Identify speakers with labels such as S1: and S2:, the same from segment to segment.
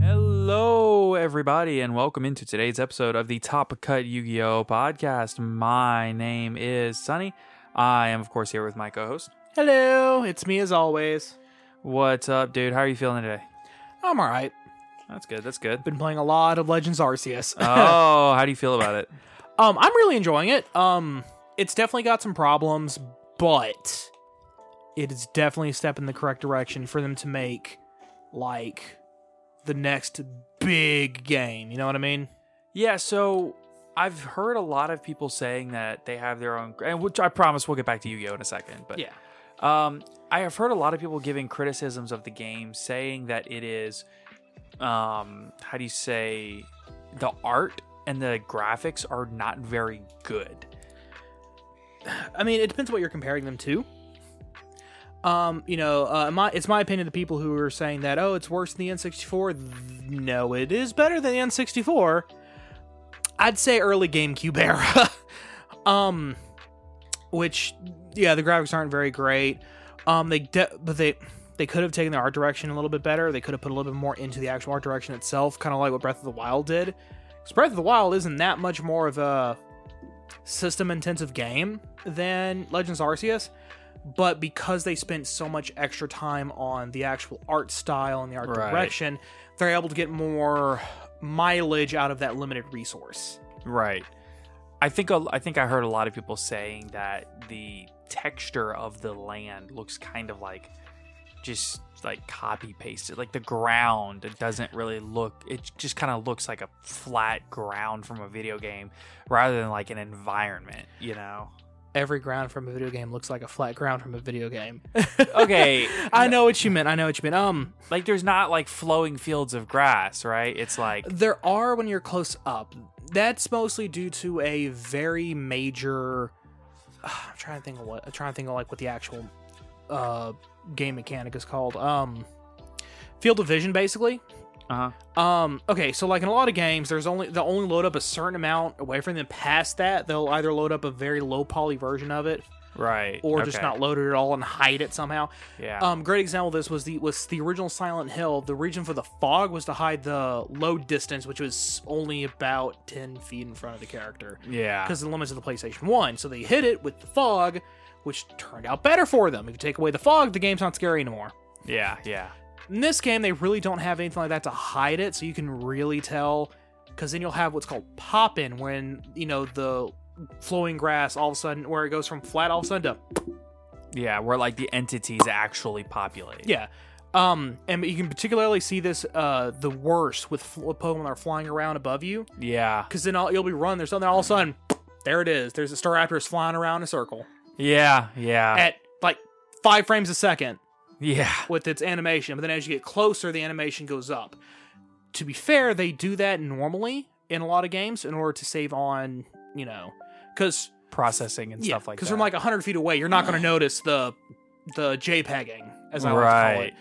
S1: Hello, everybody, and welcome into today's episode of the Top Cut Yu Gi Oh podcast. My name is Sunny. I am, of course, here with my co host.
S2: Hello, it's me as always.
S1: What's up, dude? How are you feeling today?
S2: I'm all right.
S1: That's good. That's good.
S2: Been playing a lot of Legends Arceus.
S1: Oh, how do you feel about it?
S2: um, I'm really enjoying it. Um, it's definitely got some problems, but it is definitely a step in the correct direction for them to make like the next big game. You know what I mean?
S1: Yeah, so I've heard a lot of people saying that they have their own, and which I promise we'll get back to Yu Gi Oh in a second. But Um, I have heard a lot of people giving criticisms of the game, saying that it is, um, how do you say, the art and the graphics are not very good.
S2: I mean, it depends what you're comparing them to. Um, you know, uh, my it's my opinion the people who are saying that oh, it's worse than the N64. th- No, it is better than the N64. I'd say early GameCube era. um, which yeah, the graphics aren't very great. Um, they de- but they they could have taken the art direction a little bit better. They could have put a little bit more into the actual art direction itself, kind of like what Breath of the Wild did. Because Breath of the Wild isn't that much more of a system intensive game than Legends Arceus, but because they spent so much extra time on the actual art style and the art
S1: Right.
S2: direction, they're able to get more mileage out of that limited resource.
S1: Right. I think a, I think I heard a lot of people saying that the texture of the land looks kind of like just like copy pasted. Like the ground it doesn't really look it just kind of looks like a flat ground from a video game rather than like an environment, you know.
S2: Every ground from a video game looks like a flat ground from a video game.
S1: Okay.
S2: I know what you meant. I know what you meant. Um,
S1: Like there's not like flowing fields of grass, right? It's like
S2: There are when you're close up. That's mostly due to a very major. I'm trying to think of what I'm trying to think of like what the actual uh, game mechanic is called. Um, field of vision, basically.
S1: uh-huh.
S2: Um, okay, so like in a lot of games, there's only they'll only load up a certain amount away from them. Past that, they'll either load up a very low poly version of it,
S1: Right.
S2: or just not load it at all and hide it somehow.
S1: Yeah.
S2: Um, great example of this was the was the original Silent Hill. The reason for the fog was to hide the load distance, which was only about ten feet in front of the character,
S1: yeah.
S2: because of the limits of the PlayStation One. So they hit it with the fog, which turned out better for them. If you take away the fog, the game's not scary anymore.
S1: Yeah, yeah.
S2: In this game, they really don't have anything like that to hide it, so you can really tell. Because then you'll have what's called pop in, when you know the flowing grass all of a sudden, where it goes from flat all of a sudden to
S1: Yeah, where like the entities actually populate.
S2: Yeah. Um, and you can particularly see this uh, the worst with fl- Pokemon that are flying around above you,
S1: Yeah.
S2: because then all, you'll be running. There's something all of a sudden, there it is. There's a Staraptor is flying around in a circle
S1: Ah. Yeah, yeah.
S2: at like five frames a second.
S1: Yeah.
S2: with its animation, but then as you get closer, the animation goes up. To be fair, they do that normally in a lot of games in order to save on, you know, because
S1: Processing and stuff like that.
S2: because from like hundred feet away, you're not going to notice the the JPEGing as I like to call
S1: Right.
S2: it.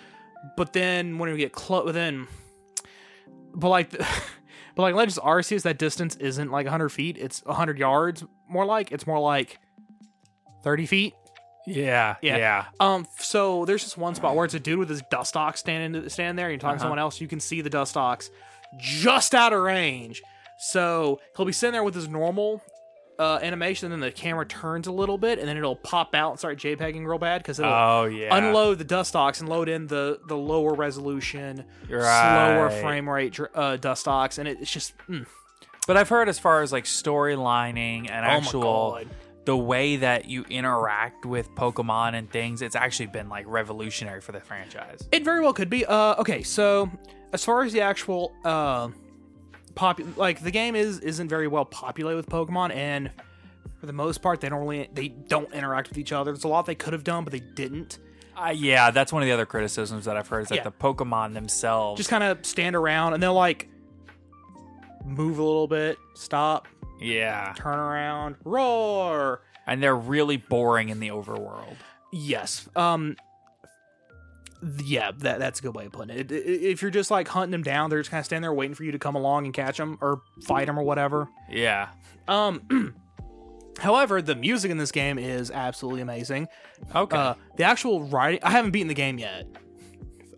S2: But then when we get close, then but like. The- But like Legends of Arceus, that distance isn't like 100 feet. It's 100 yards, more like. It's more like 30 feet.
S1: yeah, yeah,
S2: Yeah. Um. f- So there's just one spot where it's a dude with his dust ox standing standing there. You're
S1: Uh-huh.
S2: talking to someone else. You can see the dust ox just out of range. So he'll be sitting there with his normal uh, animation, and then the camera turns a little bit, and then it'll pop out and start JPEGing real bad because it'll
S1: Oh yeah.
S2: unload the dust ox and load in the the lower resolution, slower
S1: Right.
S2: frame rate dr- uh, dust ox, and it, it's just mm,
S1: But I've heard as far as like storylining and
S2: my
S1: actual
S2: God.
S1: the way that you interact with Pokemon and things, it's actually been like revolutionary for the franchise.
S2: It very well could be. Uh, okay, so as far as the actual uh, pop, like the game is isn't very well populated with Pokemon, and for the most part, they don't really they don't interact with each other. There's a lot they could have done, but they didn't.
S1: Uh, yeah, that's one of the other criticisms that I've heard is that
S2: Yeah.
S1: the Pokemon themselves
S2: Just kind of stand around, and they'll like move a little bit, stop,
S1: yeah,
S2: turn around, roar.
S1: and they're really boring in the overworld.
S2: Yes. Um. th- Yeah, that that's a good way of putting it. I- i- If you're just like hunting them down, they're just kind of standing there waiting for you to come along and catch them or fight them or whatever.
S1: Yeah.
S2: Um, however, the music in this game is absolutely amazing.
S1: Okay.
S2: Uh, the actual writing, I haven't beaten the game yet.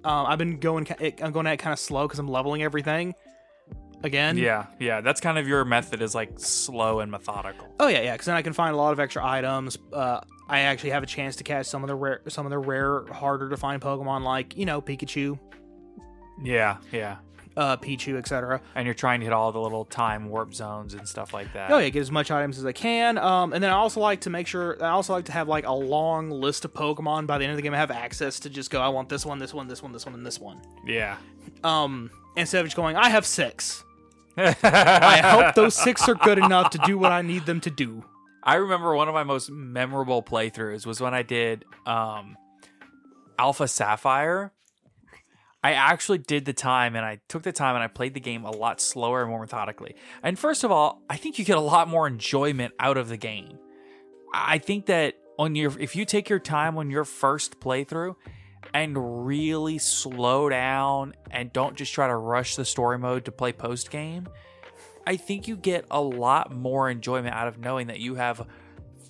S2: Um, I've been going, ki- it- I'm going at it kind of slow because I'm leveling everything again.
S1: yeah, yeah. That's kind of your method is like slow and methodical.
S2: Oh yeah, yeah. Because then I can find a lot of extra items. Uh, I actually have a chance to catch some of the rare, some of the rare, harder to find Pokemon like you know Pikachu,
S1: Yeah, yeah.
S2: uh, Pichu, etc.
S1: And you're trying to hit all the little time warp zones and stuff like that.
S2: Oh yeah, get as much items as I can. Um, and then I also like to make sure I also like to have like a long list of Pokemon by the end of the game. I have access to just go. I want this one, this one, this one, this one, and this one.
S1: Yeah.
S2: Um, instead of just going, I have six. I hope those six are good enough to do what I need them to do.
S1: I remember one of my most memorable playthroughs was when I did um, Alpha Sapphire. I actually did the time and I took the time and I played the game a lot slower and more methodically. And first of all, I think you get a lot more enjoyment out of the game. I think that on your if you take your time on your first playthrough and really slow down and don't just try to rush the story mode to play post game, I think you get a lot more enjoyment out of knowing that you have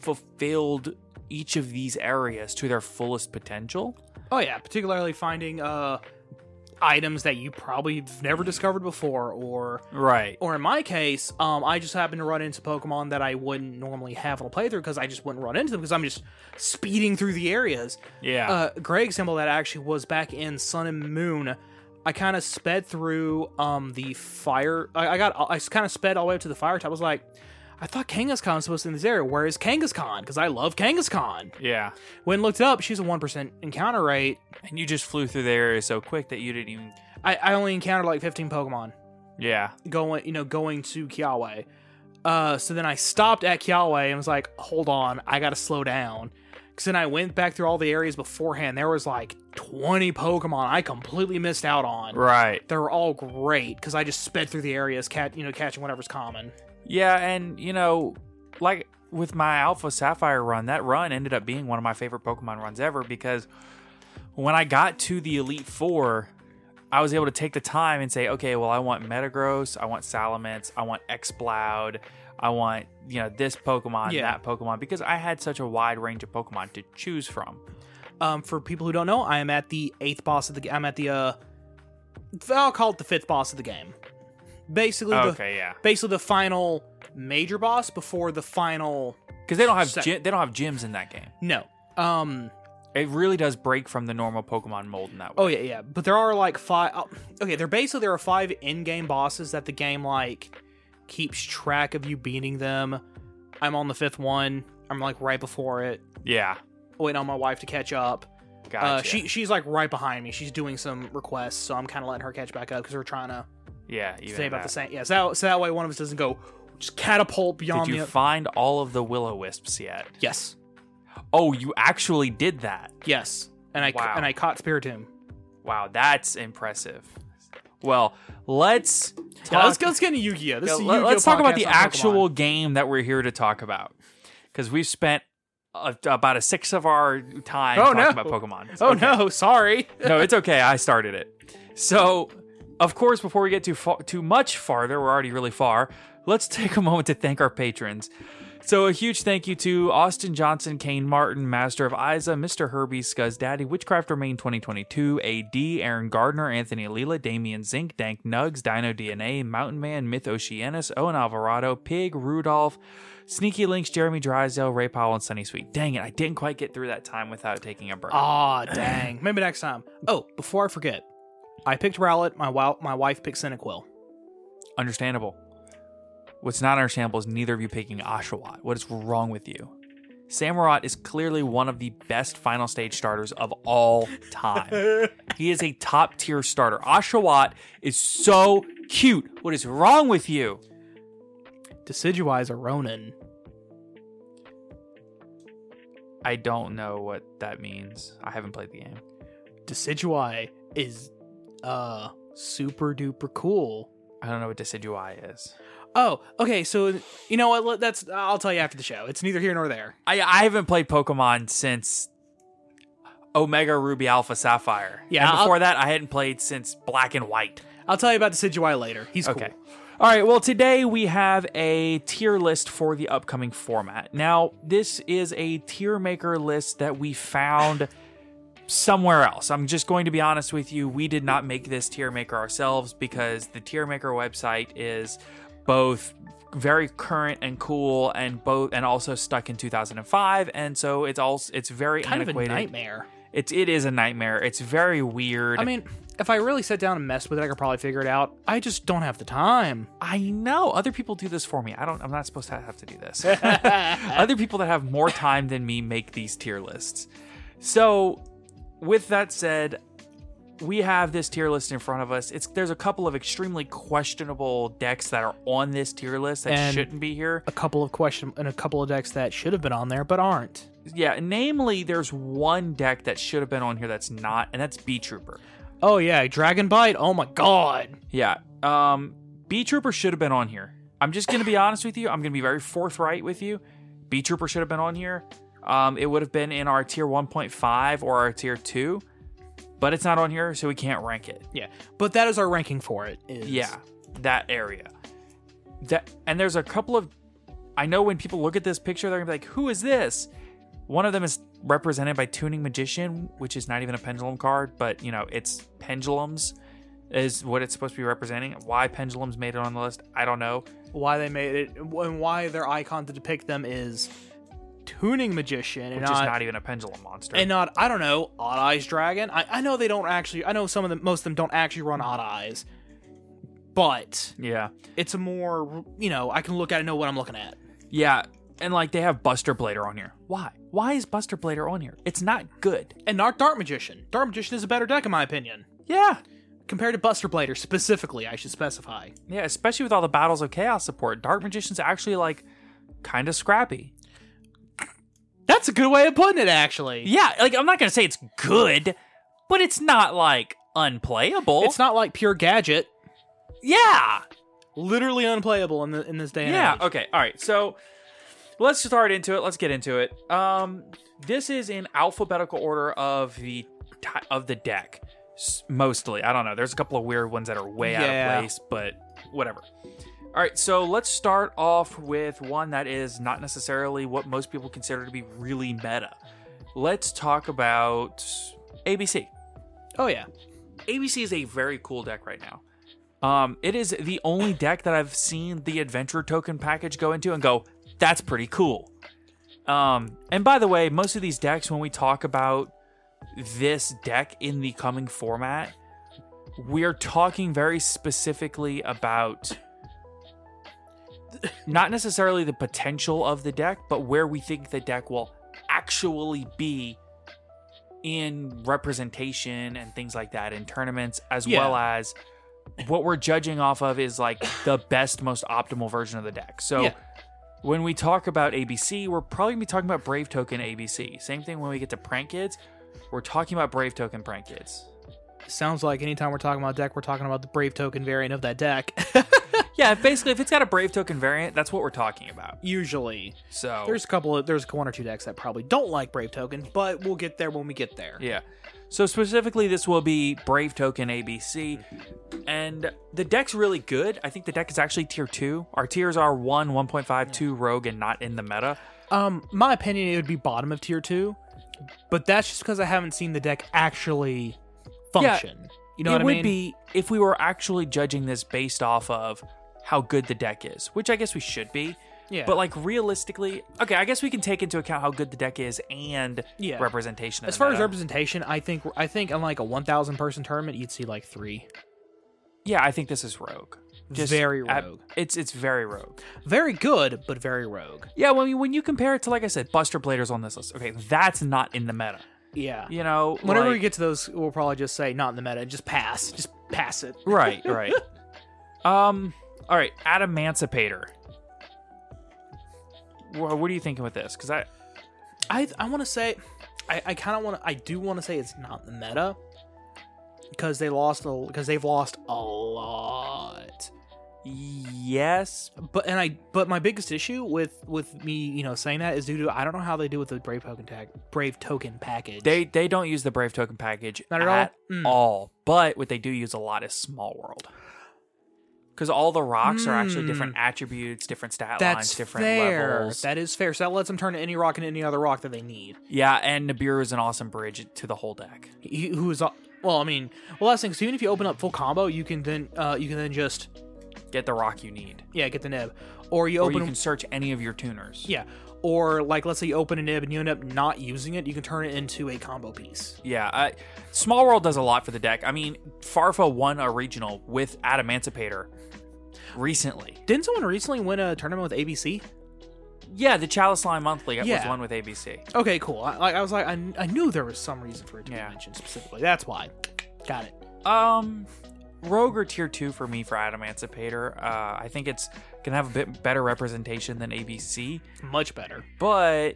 S1: fulfilled each of these areas to their fullest potential.
S2: Oh yeah, particularly finding uh items that you probably have never discovered before, or
S1: Right.
S2: or in my case, um, I just happened to run into Pokemon that I wouldn't normally have on a playthrough because I just wouldn't run into them because I'm just speeding through the areas.
S1: Yeah.
S2: uh, great example of that actually was back in Sun and Moon. I kind of sped through um the fire. I, I got I kind of sped all the way up to the fire. Top. I was like, I thought Kangaskhan was supposed to be in this area. Where is Kangaskhan? Because I love Kangaskhan.
S1: yeah.
S2: When looked up, she's a one percent encounter rate.
S1: And you just flew through the area so quick that you didn't even.
S2: I, I only encountered like fifteen Pokemon
S1: Yeah.
S2: going you know going to Kiawe. Uh, so then I stopped at Kiawe and was like, hold on, I gotta slow down. Cause then I went back through all the areas beforehand. There was like twenty Pokemon I completely missed out on.
S1: Right.
S2: they're all great because I just sped through the areas, cat you know, catching whatever's common.
S1: Yeah. And, you know, like with my Alpha Sapphire run, that run ended up being one of my favorite Pokemon runs ever because when I got to the Elite Four, I was able to take the time and say, okay, well, I want Metagross, I want Salamence, I want Exploud, I want, you know, this Pokemon,
S2: Yeah.
S1: that Pokemon, because I had such a wide range of Pokemon to choose from.
S2: Um, for people who don't know, I am at the eighth boss of the. ga- I'm at the uh, I'll call it the fifth boss of the game. Basically,
S1: Okay, yeah.
S2: the basically the final major boss before the final.
S1: Because they don't have
S2: Sec-
S1: gy- they don't have gyms in that game.
S2: No, um,
S1: It really does break from the normal Pokemon mold in that way.
S2: Oh yeah, yeah. But there are like five. oh, Okay, there basically there are five in-game bosses that the game like keeps track of you beating them. I'm on the fifth one. I'm like right before it,
S1: yeah,
S2: waiting on my wife to catch up.
S1: gotcha.
S2: Oh. Uh, she she's like right behind me. She's doing some requests, so I'm kind of letting her catch back up because we're trying to
S1: yeah, even
S2: stay about
S1: that.
S2: the same. Yeah, so that, so that way one of us doesn't go just catapult
S1: Did
S2: beyond
S1: you
S2: the. oth-
S1: find all of the Will O Wisps yet?
S2: yes,
S1: Oh, you actually did that.
S2: yes. and I
S1: Wow.
S2: and I caught Spiritomb.
S1: Wow, that's impressive. Well, let's talk,
S2: Yeah, let's, go- let's get into Yu-Gi-Oh. This
S1: yeah,
S2: is a
S1: let-
S2: Yu-Gi-Oh
S1: let's talk about
S2: podcast,
S1: the
S2: not Pokemon.
S1: actual game that we're here to talk about because we've spent a, about a sixth of our time
S2: Oh,
S1: talking
S2: no.
S1: about Pokemon.
S2: Oh
S1: Okay.
S2: no, sorry.
S1: no, it's okay. I started it. So, of course, before we get too far, too much farther, we're already really far. Let's take a moment to thank our patrons. So, a huge thank you to Austin Johnson, Kane Martin, Master of Isa, Mr. Herbie, Scuzz Daddy, Witchcraft Remain 2022, AD, Aaron Gardner, Anthony Leela, Damian Zink, Dank Nugs, Dino DNA, Mountain Man, Myth Oceanus, Owen Alvarado, Pig, Rudolph, Sneaky Links, Jeremy Drysdale, Ray Powell, and Sunny Sweet. Dang it, I didn't quite get through that time without taking a break.
S2: Aw, dang. Maybe next time. Oh, before I forget, I picked Rowlet. My wa- my wife picked Cinequil.
S1: understandable. What's not understandable is neither of you picking Oshawott. What is wrong with you? Samurott is clearly one of the best final stage starters of all time. he is a top tier starter. Oshawott is so cute. What is wrong with you?
S2: Decidueye is a Ronin.
S1: I don't know what that means. I haven't played the game.
S2: Decidueye is uh super duper cool.
S1: I don't know what Decidueye is.
S2: Oh, okay. So you know what? let- That's I'll tell you after the show. It's neither here nor there.
S1: I, I haven't played Pokemon since Omega Ruby Alpha Sapphire.
S2: Yeah,
S1: And
S2: I'll-
S1: before that, I hadn't played since Black and White.
S2: I'll tell you about Decidueye later. He's
S1: Okay. All right. Well, today we have a tier list for the upcoming format. Now, this is a tier maker list that we found somewhere else. I'm just going to be honest with you. We did not make this tier maker ourselves because the tier maker website is both very current and cool and both and also stuck in 2005 and so it's all it's very
S2: cool. Kind of a
S1: antiquated
S2: nightmare.
S1: it's it is a nightmare it's very weird
S2: I mean, if I really sat down and messed with it, I could probably figure it out. I just don't have the time.
S1: I know other people do this for me. I don't. I'm not supposed to have to do this. other people that have more time than me make these tier lists. So, with that said, we have this tier list in front of us. It's there's a couple of extremely questionable decks that are on this tier list that
S2: And-
S1: shouldn't be here.
S2: A couple of question and a couple of decks that should have been on there but aren't.
S1: Yeah, namely, there's one deck that should have been on here that's not, and that's Bee Trooper.
S2: Oh yeah, Dragon Bite. Oh my god.
S1: Yeah. Um B Trooper should have been on here. I'm just gonna be honest with you. I'm gonna be very forthright with you. B Trooper should have been on here. Um, it would have been in our tier 1.5 or our tier 2, but it's not on here, so we can't rank it.
S2: Yeah, but that is our ranking for it. Is
S1: Yeah, that area. That and there's a couple of. I know when people look at this picture, they're gonna be like, "Who is this?" One of them is represented by Tuning Magician, which is not even a pendulum card, but you know, it's pendulums is what it's supposed to be representing. Why pendulums made it on the list, I don't know.
S2: why they made it and why their icon to depict them is tuning magician and
S1: Which is
S2: not,
S1: not even a pendulum monster.
S2: and not I don't know odd eyes dragon. I, I know they don't actually. I know some of them, most of them don't actually run odd eyes, but
S1: yeah,
S2: it's a more you know I can look at and know what I'm looking at.
S1: yeah, and like they have Buster Blader on here. Why? Why is Buster Blader on here? It's not good.
S2: And not dart magician. Dart magician is a better deck in my opinion
S1: Yeah,
S2: compared to Buster Blader specifically. I should specify.
S1: Yeah, especially with all the Battles of Chaos support. Dark Magician's actually like kind of scrappy.
S2: That's a good way of putting it actually.
S1: Yeah, like I'm not going to say it's good, but it's not like unplayable.
S2: It's not like pure gadget.
S1: Yeah.
S2: Literally unplayable in the, in this day. And
S1: Yeah,
S2: age.
S1: okay. All right. So let's start into it. Let's get into it. Um this is in alphabetical order of the ti- of the deck s- mostly. I don't know. There's a couple of weird ones that are way out
S2: Yeah.
S1: of place, but whatever. All right, so let's start off with one that is not necessarily what most people consider to be really meta. Let's talk about ABC.
S2: Oh yeah.
S1: ABC is a very cool deck right now. Um, it is the only deck that I've seen the adventure token package go into and go, that's pretty cool. Um, and by the way, most of these decks, when we talk about this deck in the coming format, we're talking very specifically about not necessarily the potential of the deck, but where we think the deck will actually be in representation and things like that in tournaments, as
S2: Yeah.
S1: well as what we're judging off of is like the best, most optimal version of the deck. So
S2: Yeah.
S1: when we talk about ABC, we're probably gonna be talking about Brave Token ABC. Same thing when we get to Prank Kids. We're talking about Brave Token Prank Kids.
S2: Sounds like anytime we're talking about deck, we're talking about the Brave Token variant of that deck.
S1: Yeah, if basically, if it's got a Brave Token variant, that's what we're talking about.
S2: Usually,
S1: So
S2: there's a couple of there's one or two decks that probably don't like Brave Token, but we'll get there when we get there.
S1: Yeah. So specifically, this will be Brave Token ABC, and the deck's really good. I think the deck is actually tier two. Our tiers are one, 1.5, two rogue, and not in the meta.
S2: Um, my opinion, it would be bottom of tier two, but that's just because I haven't seen the deck actually function. You know
S1: it
S2: what I
S1: would
S2: mean?
S1: be if we were actually judging this based off of how good the deck is, which I guess we should be.
S2: Yeah.
S1: But like realistically, okay, I guess we can take into account how good the deck is and
S2: Yeah.
S1: representation. in
S2: as
S1: the
S2: far as
S1: meta.
S2: representation, I think I think in like a one thousand person tournament, you'd see like three.
S1: yeah, I think this is rogue.
S2: Very
S1: at-
S2: rogue.
S1: it's it's very rogue.
S2: Very good, but very rogue.
S1: Yeah, when you, when you compare it to like I said, Buster Blader's on this list. Okay, that's not in the meta.
S2: Yeah.
S1: You know,
S2: Whenever we
S1: like-
S2: get to those, we'll probably just say not in the meta. Just pass. Just pass it.
S1: right, right. um, all right, Adamancipator. Wha- What are you thinking with this? Because I
S2: I I want to say, I, I kind of want to. I do want to say it's not the meta because they lost because they've lost a lot.
S1: yes,
S2: But and I but my biggest issue with with me you know saying that is due to I don't know how they do with the brave token tag brave token package.
S1: they they don't use the Brave Token package
S2: Not at all? Mm.
S1: all. But what they do use a lot is Small World. Because all the rocks are actually different attributes, different stat lines,
S2: Hmm. that's
S1: different
S2: fair.
S1: levels.
S2: That is fair. So that lets them turn to any rock and any other rock that they need.
S1: yeah, and Nibiru is an awesome bridge to the whole deck.
S2: He, who is all- well, I mean, well, that's the thing. 'cause even if you open up full combo, you can then uh, you can then just
S1: Get the rock you need.
S2: yeah get the nib, or you
S1: or
S2: open
S1: you can search any of your tuners.
S2: Yeah. Or like let's say you open a nib and you end up not using it, you can turn it into a combo piece.
S1: Yeah, I, Small World does a lot for the deck. I mean, Farfa won a regional with Adamancipator recently.
S2: Didn't someone recently win a tournament with ABC?
S1: Yeah, the Chalice Line Monthly was
S2: Yeah.
S1: one with ABC.
S2: Okay, cool. I, like I was like I, I knew there was some reason for it to
S1: Yeah.
S2: be mentioned specifically. That's why. Got it.
S1: Um, Rogue or Tier 2 for me for Adamancipator. Uh, I think it's going to have a bit better representation than ABC,
S2: Much better.
S1: but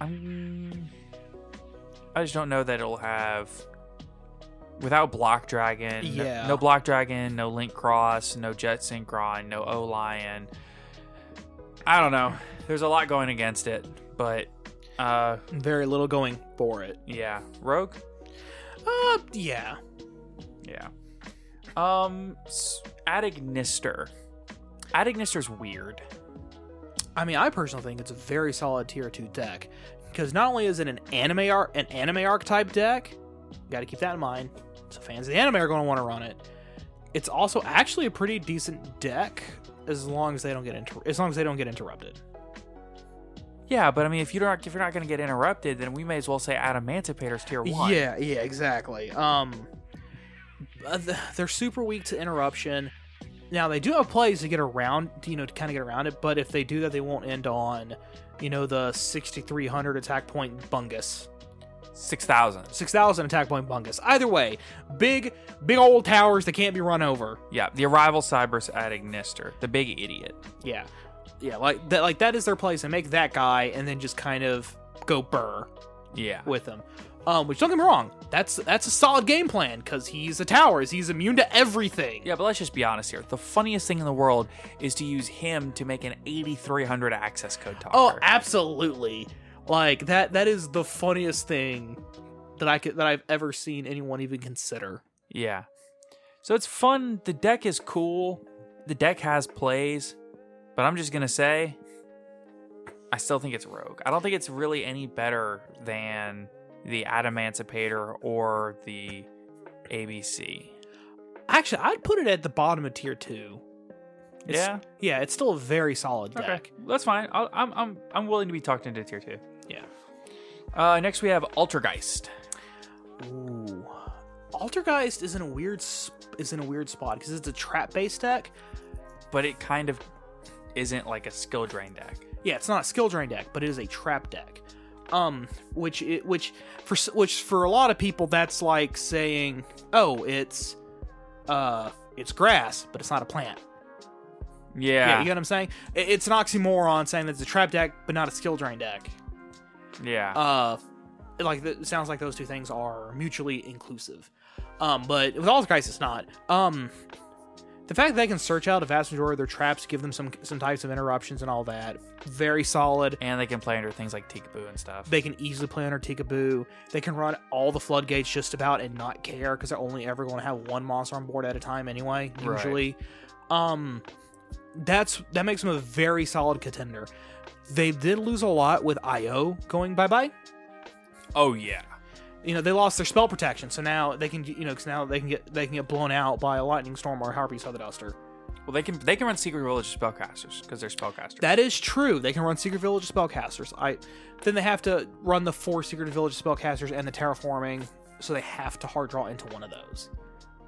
S1: um, I just don't know that it'll have. Without Block Dragon, no-
S2: Yeah.
S1: no, Block Dragon, no Link Cross, no Jet Synchron, no O Lion. I don't know. There's a lot going against it, but uh,
S2: Very little going for it.
S1: yeah, Rogue,
S2: Uh yeah.
S1: yeah. Um, s- Adignister. Adignister's weird.
S2: I mean I personally think it's a very solid tier two deck. Because not only is it an anime arc an anime archetype deck, you gotta keep that in mind. So fans of the anime are gonna want to run it. It's also actually a pretty decent deck as long as they don't get inter- as long as they don't get interrupted.
S1: Yeah, but I mean, if you're not if you're not going to get interrupted, then we may as well say Adamantipator's tier one.
S2: Yeah, yeah, exactly. Um, uh, th- they're super weak to interruption. Now they do have plays to get around, you know, to kind of get around it. But if they do that, they won't end on, you know, the sixty three hundred attack point bungus,
S1: six thousand.
S2: six thousand attack point bungus. Either way, big, big old towers that can't be run over.
S1: Yeah, the arrival Cybers at Ignister, the big idiot.
S2: Yeah, yeah, like that. Like that is their place, and make that guy, and then just kind of go burr.
S1: Yeah.
S2: with him. Um, which don't get me wrong, that's that's a solid game plan because he's a towers, he's immune to everything.
S1: yeah, but let's just be honest here. The funniest thing in the world is to use him to make an 8300 access code talker.
S2: Oh, absolutely. Like that that is the funniest thing that I could that I've ever seen anyone even consider.
S1: yeah. So it's fun. The deck is cool. The deck has plays, but I'm just gonna say, I still think it's rogue. I don't think it's really any better than the Adamancipator or the ABC.
S2: Actually, I'd put it at the bottom of tier two. It's-
S1: yeah.
S2: Yeah, it's still a very solid deck.
S1: Okay. That's fine. I'll, I'm I'm I'm willing to be talked into tier two.
S2: Yeah.
S1: Uh, next we have Altergeist.
S2: Ooh. Altergeist is in a weird sp- is in a weird spot because it's a trap based deck.
S1: but it kind of isn't like a skill drain deck.
S2: Yeah, it's not a skill drain deck, but it is a trap deck. Um, which it, which for s- which for a lot of people that's like saying, "Oh, it's uh it's grass, but it's not a plant." Yeah,
S1: Yeah,
S2: you get what I'm saying? I- It's an oxymoron saying that it's a trap deck but not a skill drain deck.
S1: yeah.
S2: Uh like it sounds like those two things are mutually inclusive. Um, but with Alter Guys, it's not. Um, the fact that they can search out a vast majority of their traps, give them some some types of interruptions and all that, very solid.
S1: and they can play under things like Tikaboo and stuff.
S2: They can easily play under Tikaboo. They can run all the floodgates just about and not care because they're only ever going to have one monster on board at a time anyway.
S1: Right.
S2: Usually, um, that's that makes them a very solid contender. They did lose a lot with Io going bye bye.
S1: oh yeah,
S2: You know they lost their spell protection, so now they can you know 'cause now they can get they can get blown out by a lightning storm or however you saw the duster.
S1: well they can they can run Secret Village spellcasters because they're spellcasters.
S2: That is true. They can run Secret Village spellcasters. I then they have to run the four Secret Village spellcasters and the terraforming, so they have to hard draw into one of those.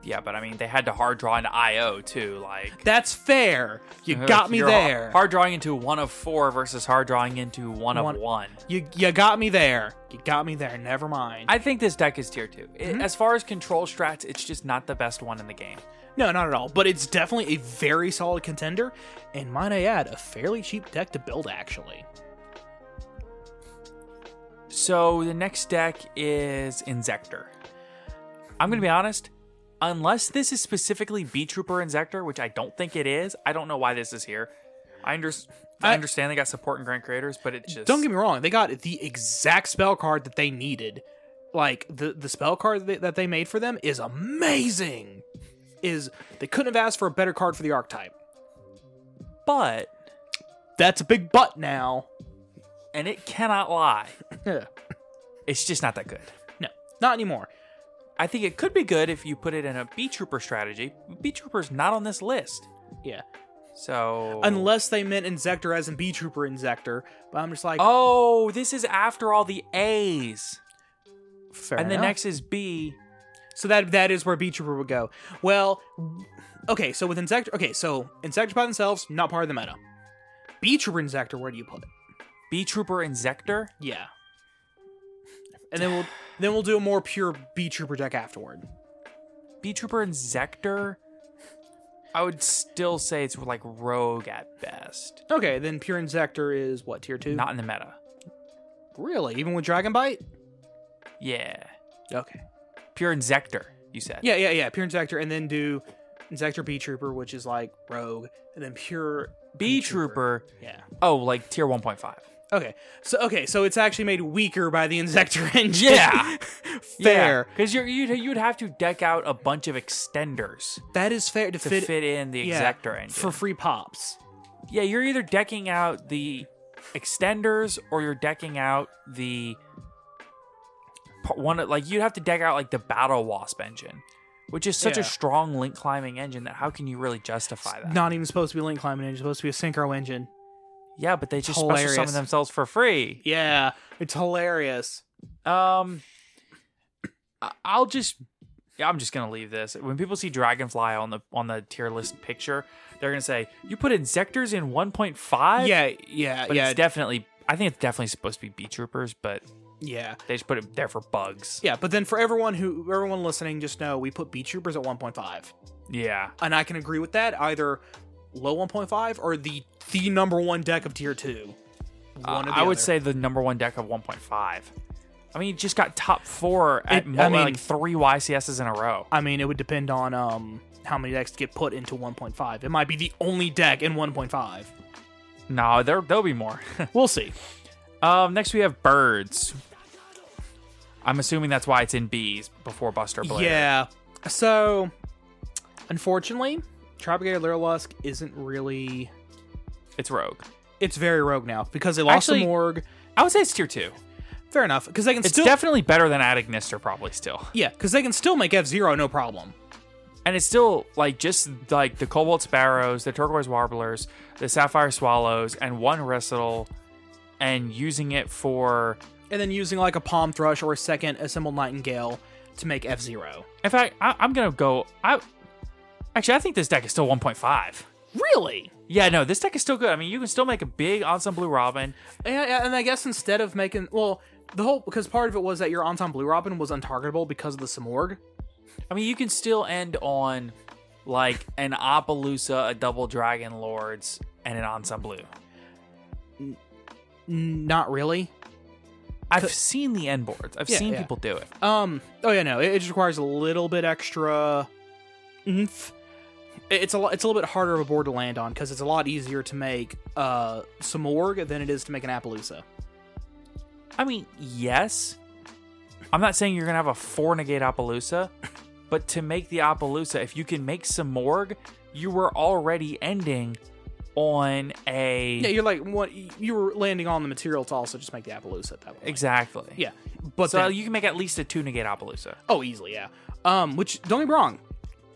S1: yeah, but I mean they had to hard draw into IO too. Like
S2: That's fair. You got me
S1: Uh-huh. You're har-
S2: there.
S1: Hard drawing into one of four versus hard drawing into one,
S2: One-
S1: of one.
S2: You you got me there. You got me there. Never mind.
S1: I think this deck is tier two. I-
S2: Mm-hmm.
S1: As far as control strats, it's just not the best one in the game.
S2: no, not at all. But it's definitely a very solid contender, and might I add, a fairly cheap deck to build actually.
S1: So the next deck is Insector. I'm gonna be honest. Unless this is specifically Bee Trooper Insector, which I don't think it is, I don't know why this is here. I, under- I
S2: I-
S1: understand they got support and grant creators, but it just
S2: Don't get me wrong, they got the exact spell card that they needed. Like the the spell card that that they made for them is amazing. Is they couldn't have asked for a better card for the archetype.
S1: But
S2: That's a big butt now.
S1: and it cannot lie.
S2: no,
S1: It's just not that good.
S2: not anymore.
S1: I think it could be good if you put it in a Bee Trooper strategy. Bee Trooper's not on this list.
S2: Yeah.
S1: So
S2: Unless they meant Insector as in Bee Trooper Insector, but I'm just like,
S1: Oh, this is after all the A's.
S2: fair
S1: and the
S2: enough.
S1: next is B.
S2: So that that is where Bee Trooper would go. Well, okay, so with Insector, okay, so Insector by themselves, not part of the meta. Bee Trooper Insector, where do you put it?
S1: Bee Trooper Insector.
S2: Yeah. And then we'll then we'll do a more pure Bee Trooper deck afterward.
S1: Bee Trooper Insector. I would still say it's like rogue at best.
S2: Okay, then pure Insector is what tier two?
S1: Not in the meta.
S2: really, even with Dragon Bite.
S1: Yeah.
S2: Okay.
S1: Pure Insector, you said.
S2: Yeah, yeah, yeah. Pure Insector, and then do Insector Bee Trooper, which is like Rogue, and then pure
S1: Bee Trooper.
S2: Yeah.
S1: Oh, like tier 1.5.
S2: Okay. So okay, so it's actually made weaker by the Insector engine.
S1: Yeah.
S2: fair.
S1: Because you're you'd, you'd have to deck out a bunch of extenders
S2: That is fair to,
S1: to
S2: fit,
S1: fit, in the
S2: yeah,
S1: Exactor engine.
S2: for free pops.
S1: yeah, you're either decking out the extenders or you're decking out the p- one of- like you'd have to deck out like the battle wasp engine, which is such a
S2: Yeah.
S1: strong link climbing engine that how can you really justify that?
S2: Not even supposed to be link climbing engine. It's supposed to be a synchro engine.
S1: yeah, but they just
S2: Hilarious.
S1: special summon themselves for free.
S2: Yeah, it's hilarious.
S1: Um, I- I'll just. Yeah, I'm just gonna leave this. When people see Dragonfly on the on the tier list picture, they're gonna say, "You put Insectors in 1.5."
S2: yeah, yeah,
S1: but
S2: yeah,
S1: it's definitely. I think it's definitely supposed to be Bee Troopers, but
S2: yeah,
S1: They just put it there for bugs.
S2: yeah. But then for everyone who everyone listening, just know we put Bee Troopers at 1.5,
S1: Yeah.
S2: and I can agree with that. Either low 1.5 or the the number one deck of tier two.
S1: Uh,
S2: One or the
S1: I would
S2: other.
S1: say the number one deck of 1.5. I mean, you just got top four at
S2: It-
S1: mo-
S2: I mean-
S1: like three YCSs in a row.
S2: I mean, it would depend on um how many decks get put into 1.5. It might be the only deck in 1.5.
S1: No, there, there'll be more.
S2: We'll see.
S1: um, next, we have birds. I'm assuming that's why it's in B's before Buster Blair.
S2: Yeah. So, unfortunately, Tropicator Lurlusk isn't really.
S1: It's Rogue.
S2: It's very rogue now because they lost
S1: Actually-
S2: the Morg.
S1: I would say it's tier two.
S2: Fair enough, because they can
S1: It's
S2: still
S1: definitely better than Attic Nister, probably still.
S2: yeah, because they can still make F Zero no problem.
S1: And it's still like just like the Cobalt Sparrows, the Turquoise Warblers, the Sapphire Swallows, and one Wrestle, and using it for
S2: And then using like a Palm Thrush or a second Assembled Nightingale to make F Zero.
S1: In fact, I, I'm gonna go. I actually, I think this deck is still 1.5.
S2: Really?
S1: Yeah, no, this deck is still good. I mean, you can still make a big Ensemble Blue Robin.
S2: Yeah, yeah, and I guess instead of making well, the whole because part of it was that your Anton Blue Robin was untargetable because of the Samorg.
S1: I mean, you can still end on like an Opelousa, a Double Dragon Lords, and an Ensemble Blue.
S2: N- Not really.
S1: I've seen the end boards. I've
S2: Yeah,
S1: seen
S2: yeah.
S1: people do it.
S2: Um. Oh yeah, no. It, it just requires a little bit extra. oomph. It- It's a lo- it's a little bit harder of a board to land on because it's a lot easier to make uh some org than it is to make an Appaloosa.
S1: I mean, yes. I'm not saying you're gonna have a four negate Appaloosa, but to make the Appaloosa, if you can make some morgue, you were already ending on a
S2: Yeah, you're like what you were landing on the material to also just make the Appaloosa at that point.
S1: exactly.
S2: Yeah, but
S1: so
S2: then-
S1: you can make at least a two negate Appaloosa.
S2: oh easily yeah. Um, which don't get me wrong,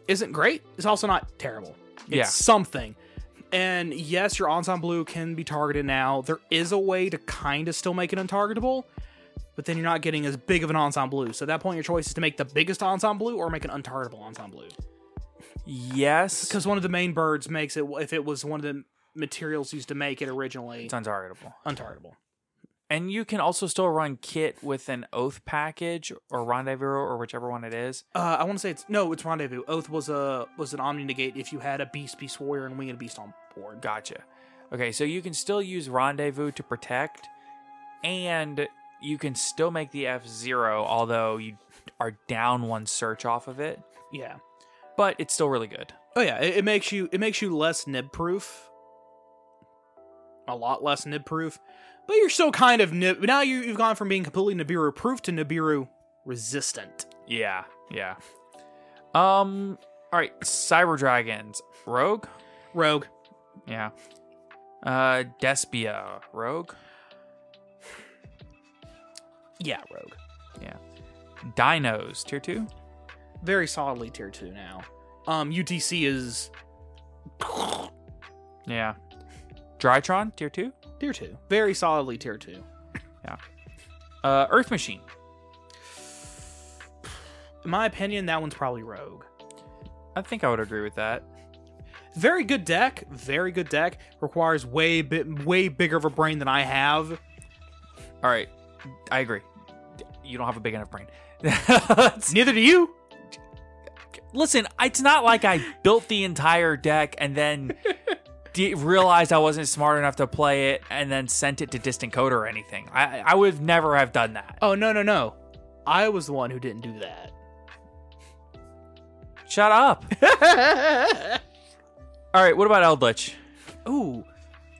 S2: isn't great. It's also not terrible. It's
S1: Yeah.
S2: something. And yes, your ensemble blue can be targeted now. There is a way to kind of still make it untargetable, but then you're not getting as big of an ensemble blue. So at that point, your choice is to make the biggest ensemble blue or make an untargetable ensemble blue.
S1: Yes,
S2: Because one of the main birds makes it if it was one of the materials used to make it originally
S1: it's untargetable.
S2: untargetable.
S1: And you can also still run kit with an oath package or rendezvous or whichever one it is.
S2: Uh, I want to say it's no, it's rendezvous. Oath was a was an omni negate if you had a beast, beast warrior, and winged beast on board.
S1: Gotcha. Okay, so you can still use rendezvous to protect, and you can still make the F zero, although you are down one search off of it.
S2: Yeah.
S1: But it's still really good.
S2: Oh yeah, it, it makes you it makes you less nib proof. A lot less nib proof, but you're still kind of nib. Now you, you've gone from being completely Nibiru proof to Nibiru resistant.
S1: Yeah, yeah. Um. All right, Cyber Dragons, Rogue.
S2: Rogue.
S1: Yeah. Uh, Despia, Rogue.
S2: Yeah, rogue.
S1: Yeah. Dinos, tier two.
S2: Very solidly tier two now. Um, UTC is
S1: Yeah. Drytron, tier two.
S2: tier two. Very solidly tier two.
S1: Uh, Earth Machine.
S2: In my opinion, that one's probably rogue.
S1: I think I would agree with that.
S2: Very good deck. Very good deck. Requires way bit way bigger of a brain than I have.
S1: All right, I agree. You don't have a big enough brain. It's-
S2: Neither do you.
S1: Listen, it's not like I built the entire deck and then de- realized I wasn't smart enough to play it and then sent it to Distant Code or anything. I I would never have done that.
S2: Oh no no no! I was the one who didn't do that.
S1: Shut up. All right, what about Eldritch?
S2: Ooh,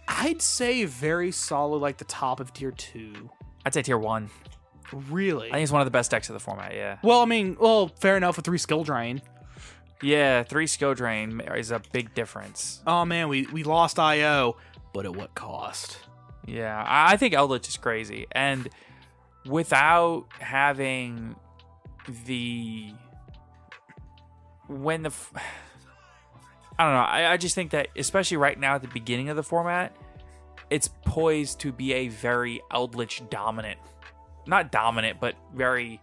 S2: I'd say very solid, like the top of tier two.
S1: I'd say tier one.
S2: Really?
S1: I think it's one of the best decks of the format. Yeah,
S2: well, I mean, well, fair enough with three skill drain.
S1: yeah. Three skill drain is a big difference.
S2: Oh man, we we lost IO, but at what cost?
S1: Yeah, I I think Eldritch is crazy, and without having the when the f- I don't know, I, I just think that especially right now at the beginning of the format, it's poised to be a very Eldritch dominant, not dominant, but very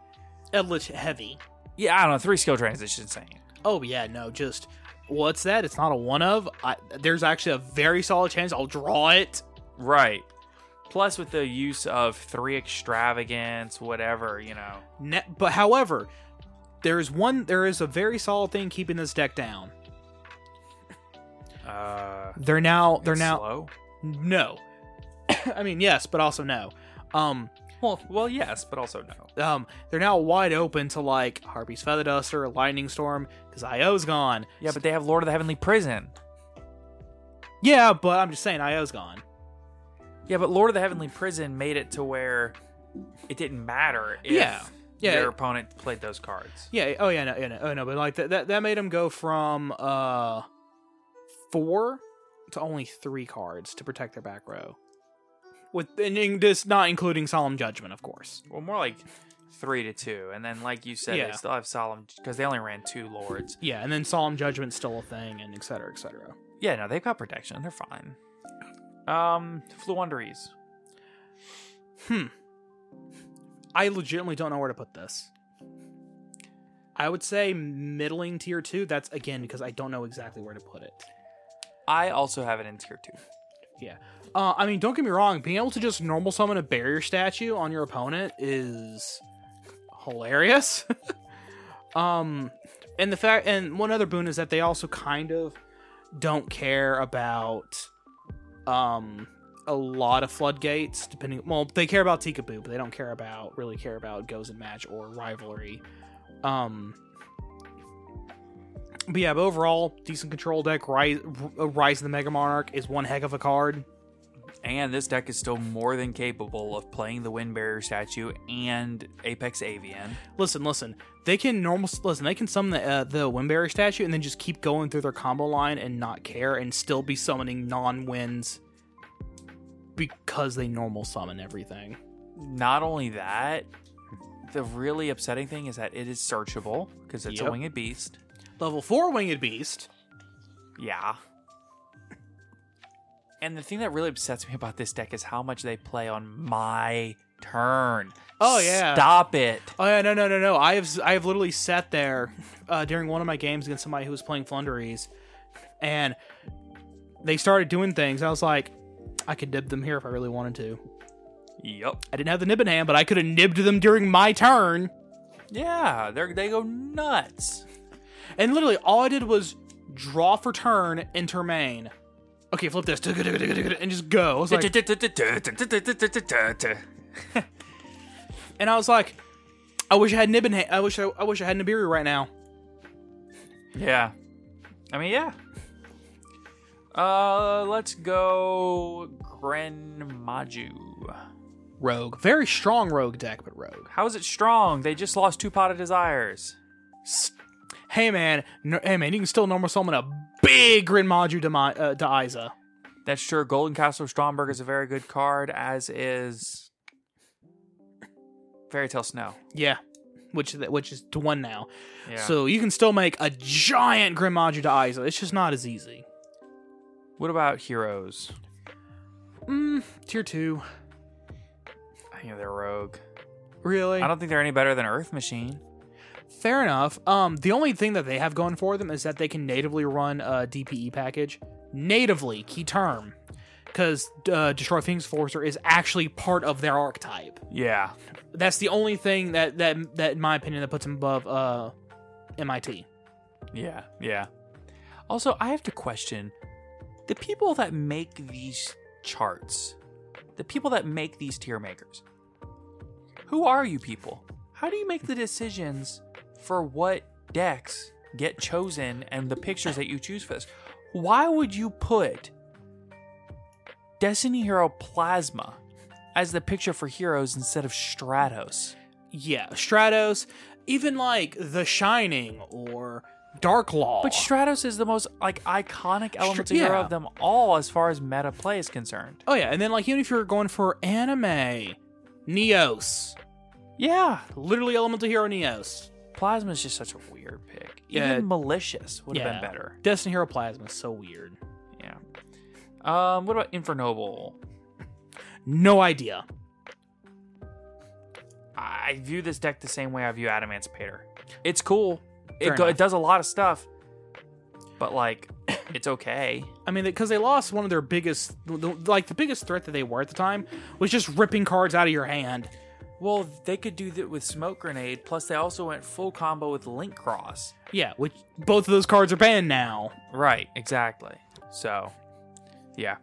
S2: Eldritch heavy.
S1: yeah. I don't know, three skill drains is just insane.
S2: Oh yeah, no, just what's that? It's not a one of. I, there's actually a very solid chance I'll draw it.
S1: Right. Plus, with the use of three extravagance, whatever you know.
S2: Ne- but however, there is one. There is a very solid thing keeping this deck down.
S1: Uh,
S2: They're now. They're
S1: it's
S2: now.
S1: slow.
S2: No. I mean, yes, but also no. Um,
S1: Well, well, yes, but also no.
S2: um, they're now wide open to like Harpy's Feather Duster, Lightning Storm, because IO's gone.
S1: Yeah, but they have Lord of the Heavenly Prison.
S2: Yeah, but I'm just saying IO's gone.
S1: Yeah, but Lord of the Heavenly Prison made it to where it didn't matter if
S2: Yeah. Yeah,
S1: your
S2: it-
S1: opponent played those cards.
S2: Yeah. Oh yeah. No. Yeah. No. Oh no. But like that. That, that made him go from uh four to only three cards to protect their back row. With and in- this not including Solemn Judgment, of course.
S1: Well, more like three to two, and then like you said,
S2: Yeah.
S1: they still have Solemn because they only ran two lords.
S2: Yeah, and then Solemn Judgment's still a thing, and et cetera, et cetera.
S1: Yeah, no, they've got protection. They're fine. Um, Fluundaries.
S2: I legitimately don't know where to put this. I would say middling tier two. That's again because I don't know exactly where to put it.
S1: I also have it in tier two.
S2: Yeah. Uh, I mean, don't get me wrong. Being able to just normal summon a barrier statue on your opponent is hilarious. um, and the fact, and one other boon is that they also kind of don't care about um a lot of floodgates. Depending, well, they care about Tikaboo, but they don't care about really care about goes and match or rivalry. Um, but yeah, but overall, decent control deck. Rise, R- Rise of the Mega Monarch is one heck of a card.
S1: And this deck is still more than capable of playing the Wind Barrier Statue and Apex Avian.
S2: Listen, listen. They can normal listen. They can summon the uh, the Windberry statue and then just keep going through their combo line and not care and still be summoning non wins because they normal summon everything.
S1: Not only that, the really upsetting thing is that it is searchable because it's
S2: Yep.
S1: a winged beast.
S2: Level four winged beast.
S1: Yeah. And the thing that really upsets me about this deck is how much they play on my turn.
S2: Oh, yeah.
S1: Stop it.
S2: Oh yeah, no, no, no, no. I have s- I have literally sat there uh, during one of my games against somebody who was playing Flunderies, and they started doing things. I was like, I could nib them here if I really wanted to.
S1: Yep.
S2: I didn't have the nib in hand, but I could have nibbed them during my turn.
S1: Yeah, they they go nuts.
S2: And literally, all I did was draw for turn, enter main. Okay, flip this, and just go. I was like, and I was like, I wish I had Nibin. ha- I wish I, I wish I had Nibiru right now.
S1: yeah. I mean, yeah. Uh, let's go Grenmaju.
S2: Rogue, very strong rogue deck, but rogue.
S1: How is it strong? They just lost two pot of desires.
S2: S- Hey man, no, hey man, you can still normal summon a big Grinmaju to my uh, to Isa.
S1: That's sure. Golden Castle of Stromberg is a very good card, as is Fairy Tale Snow.
S2: Yeah, which is- which is to one now.
S1: Yeah.
S2: So you can still make a giant Grinmaju to Isa. It's just not as easy.
S1: what about Heroes?
S2: Mm, tier two,
S1: I think they're rogue.
S2: really?
S1: I don't think they're any better than Earth Machine.
S2: Fair enough. Um, the only thing that they have going for them is that they can natively run a DPE package. Natively, key term, because uh, Destroy Phoenix Forcer is actually part of their archetype.
S1: Yeah.
S2: That's the only thing that that that, in my opinion, that puts them above uh, MIT.
S1: Yeah. Yeah. Also, I have to question the people that make these charts, the people that make these tier makers. Who are you people? How do you make the decisions for what decks get chosen and the pictures that you choose for this? Why would you put Destiny Hero Plasma as the picture for heroes instead of Stratos?
S2: Yeah, Stratos, even like The Shining or Dark Law.
S1: But Stratos is the most like iconic element
S2: Stra-
S1: hero
S2: yeah.
S1: of them all as far as meta play is concerned.
S2: oh yeah, and then like even if you're going for anime, Neos,
S1: Yeah.
S2: literally Elemental Hero Neos.
S1: Plasma is just such a weird pick. Even
S2: Yeah.
S1: malicious would have been
S2: Yeah.
S1: better.
S2: Destiny Hero Plasma is so weird.
S1: Yeah. Um, what about Infernoble?
S2: No idea.
S1: I I view this deck the same way I view Adamancipator. It's cool.
S2: Fair
S1: It, go-
S2: enough.
S1: it does a lot of stuff, but like, it's okay.
S2: I mean, because they lost one of their biggest, like the biggest threat that they were at the time was just ripping cards out of your hand.
S1: Well, they could do that with Smoke Grenade. Plus, they also went full combo with Link Cross.
S2: Yeah, which both of those cards are banned now.
S1: Right, exactly. So, yeah.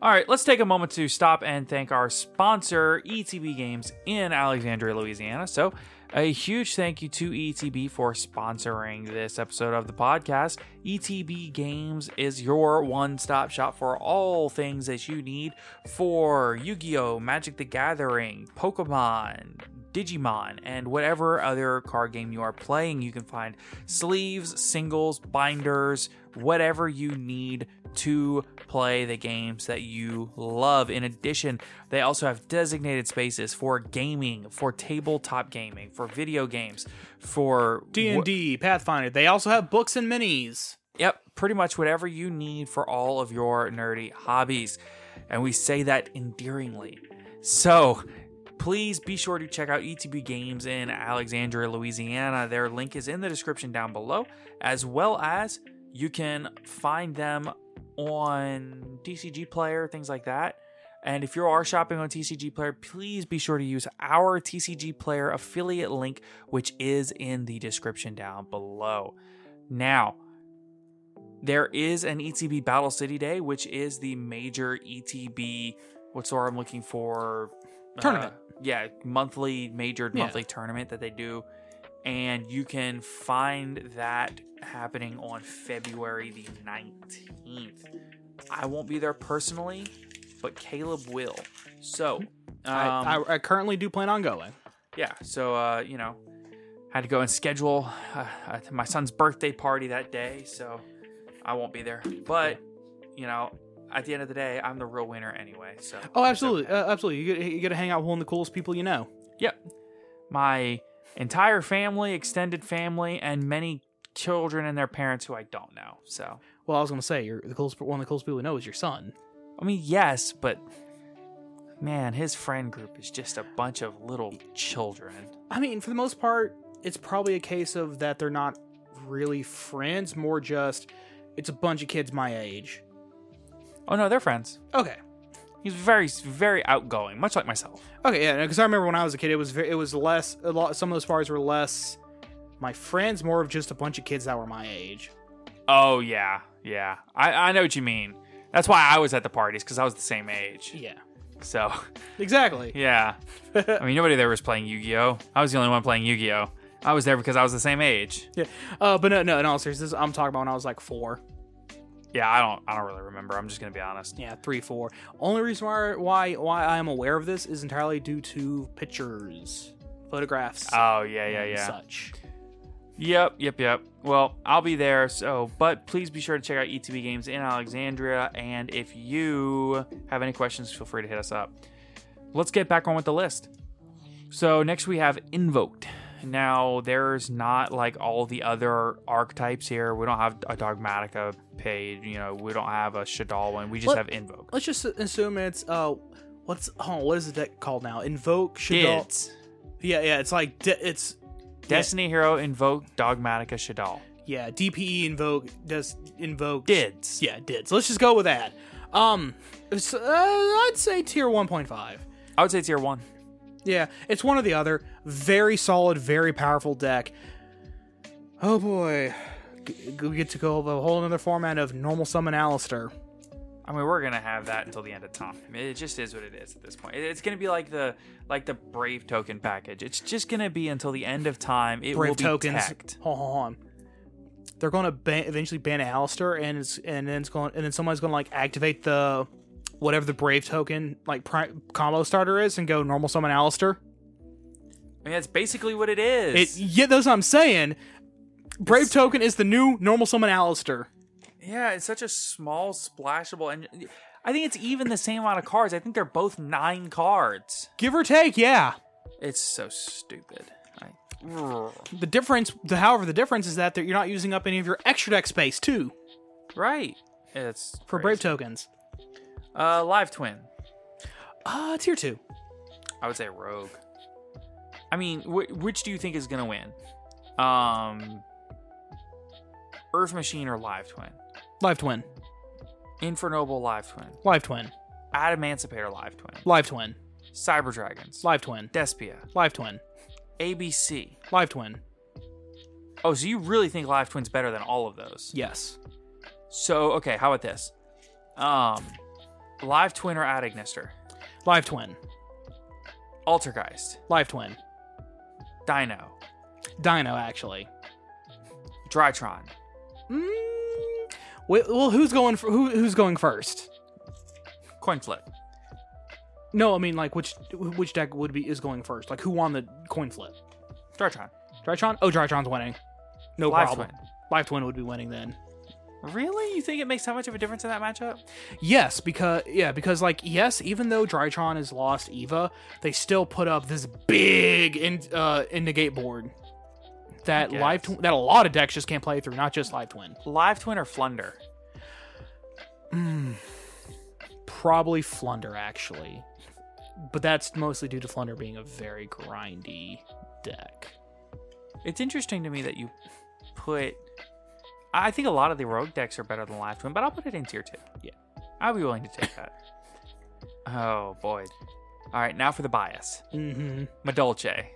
S1: All right, let's take a moment to stop and thank our sponsor, ETB Games in Alexandria, Louisiana. So, a huge thank you to ETB for sponsoring this episode of the podcast. ETB Games is your one stop shop for all things that you need for Yu Gi Oh!, Magic the Gathering, Pokemon, Digimon, and whatever other card game you are playing. You can find sleeves, singles, binders, whatever you need to play the games that you love. In addition, they also have designated spaces for gaming, for tabletop gaming, for video games, for
S2: D and D, Pathfinder. They also have books and minis.
S1: Yep, pretty much whatever you need for all of your nerdy hobbies. And we say that endearingly. So please be sure to check out ETB Games in Alexandria, Louisiana. Their link is in the description down below, as well as you can find them on TCG Player, things like that. And if you are shopping on TCG Player, please be sure to use our TCG Player affiliate link, which is in the description down below. Now, E there is an ETB Battle City Day, which is the major ETB E what's the word I'm looking for?
S2: Tournament.
S1: Uh, yeah, monthly majored
S2: Yeah.
S1: monthly tournament that they do, and you can find that happening on February the nineteenth. I won't be there personally, but Caleb will. So, um,
S2: I, I, I currently do plan on going.
S1: yeah so uh you know had to go and schedule uh, uh, my son's birthday party that day so i won't be there but you know at the end of the day i'm the real winner anyway so
S2: Oh, absolutely, uh, absolutely. You get, you get to hang out with one of the coolest people you know.
S1: yep my entire family extended family and many children and their parents who i don't know so
S2: Well, I was gonna say, you're the coolest, one of the coolest people we know is your son.
S1: i mean yes but man his friend group is just a bunch of little children
S2: I mean, for the most part, it's probably a case of that they're not really friends, more just it's a bunch of kids my age.
S1: oh no they're friends
S2: Okay,
S1: he's very very outgoing much like myself
S2: okay, yeah, because I remember when I was a kid, it was ve- it was less. A lot, some of those parties were less my friends, more of just a bunch of kids that were my age.
S1: Oh yeah, yeah. I, I know what you mean. That's why I was at the parties because I was the same age.
S2: Yeah,
S1: So
S2: exactly.
S1: yeah, I mean nobody there was playing Yu-Gi-Oh. I was the only one playing Yu-Gi-Oh. I was there because I was the same age.
S2: Yeah, uh, but no, no, in all seriousness, I'm talking about when I was like four.
S1: Yeah, I don't I don't really remember. I'm just gonna be honest.
S2: Yeah, three, four. Only reason why why why I am aware of this is entirely due to pictures, photographs,
S1: Oh yeah, yeah,
S2: and
S1: yeah.
S2: such.
S1: Yep, yep, yep. Well, I'll be there. So, but please be sure to check out ETB Games in Alexandria. And if you have any questions, feel free to hit us up. Let's get back on with the list. So next we have Invoked. Now there's not like all the other archetypes here. We don't have a Dogmatica page. You know, we don't have a Shadal one. We just
S2: Let-
S1: have Invoked.
S2: Let's just assume it's uh, what's oh, what is the deck called now? Invoke Shadal.
S1: Kids,
S2: Yeah, yeah, it's like de- it's
S1: Destiny Hero, Invoke, Dogmatica, Shadal.
S2: yeah DPE invoke does invoke
S1: Dids.
S2: Yeah, did. So let's just go with that. Um, it's, uh, I'd say tier one point five.
S1: I would say tier one.
S2: Yeah, it's one or the other. Very solid, very powerful deck. Oh boy. G- We get to go over a whole another format of normal summon Alistair.
S1: I mean, we're gonna have that until the end of time. It just is what it is at this point. It- It's gonna be like the like the brave token package. It's just gonna be until the end of time. It will
S2: Brave
S1: be
S2: tokens.
S1: teched.
S2: Hold hold on. They're going to ban- eventually ban Alistair, and it's and then it's going and then somebody's going to like activate the whatever the brave token like pri- combo starter is, and go normal summon Alistair.
S1: I mean, that's basically what it
S2: It,
S1: is.
S2: yeah, that's what I'm saying. Brave token is the new normal summon Alistair.
S1: yeah, it's such a small splashable, and I think it's even the same amount of cards. I think they're both nine cards.
S2: Give or take, yeah.
S1: It's so stupid. I, Ugh.
S2: The difference, the, however, the difference is that there- you're not using up any of your extra deck space too
S1: right? It's
S2: for
S1: crazy.
S2: brave tokens.
S1: Uh, live twin.
S2: Uh tier two.
S1: I would say Rogue. I mean, wh- which do you think is gonna win? Um, Earth Machine or Live Twin?
S2: Live twin.
S1: Infernoble Live Twin.
S2: Live twin.
S1: Ad Emancipator Live Twin.
S2: Live twin.
S1: Cyber Dragons.
S2: Live twin.
S1: Despia.
S2: Live twin.
S1: ABC.
S2: Live twin.
S1: Oh, so you really think Live Twin's better than all of those?
S2: Yes.
S1: So okay, how about this? Um, Live Twin or Adignister?
S2: Live twin.
S1: Altergeist.
S2: Live twin.
S1: Dino.
S2: Dino actually.
S1: Drytron.
S2: Mm, well, well, who's going for, who, who's going first?
S1: Coin flip.
S2: No, I mean like which which deck would be is going first? Like who won the coin flip?
S1: Drytron.
S2: Drytron? Oh, Drytron's winning. No
S1: Live
S2: problem.
S1: twin.
S2: Live twin would be winning then.
S1: Really? You think it makes that much of a difference in that matchup?
S2: Yes, because yeah, because like yes, even though Drytron has lost Eva, they still put up this big in uh in the gate board that
S1: Yes.
S2: live tw- that a lot of decks just can't play through, not just live twin.
S1: Live Twin or Flunder?
S2: Probably Flunder actually, but that's mostly due to Flunder being a very grindy deck.
S1: It's interesting to me that you put. I think a lot of the rogue decks are better than Live Twin, but I'll put it in tier two.
S2: Yeah.
S1: I'll be willing to take that. oh boy! All right, now for the bias,
S2: Mm-hmm.
S1: Madolce.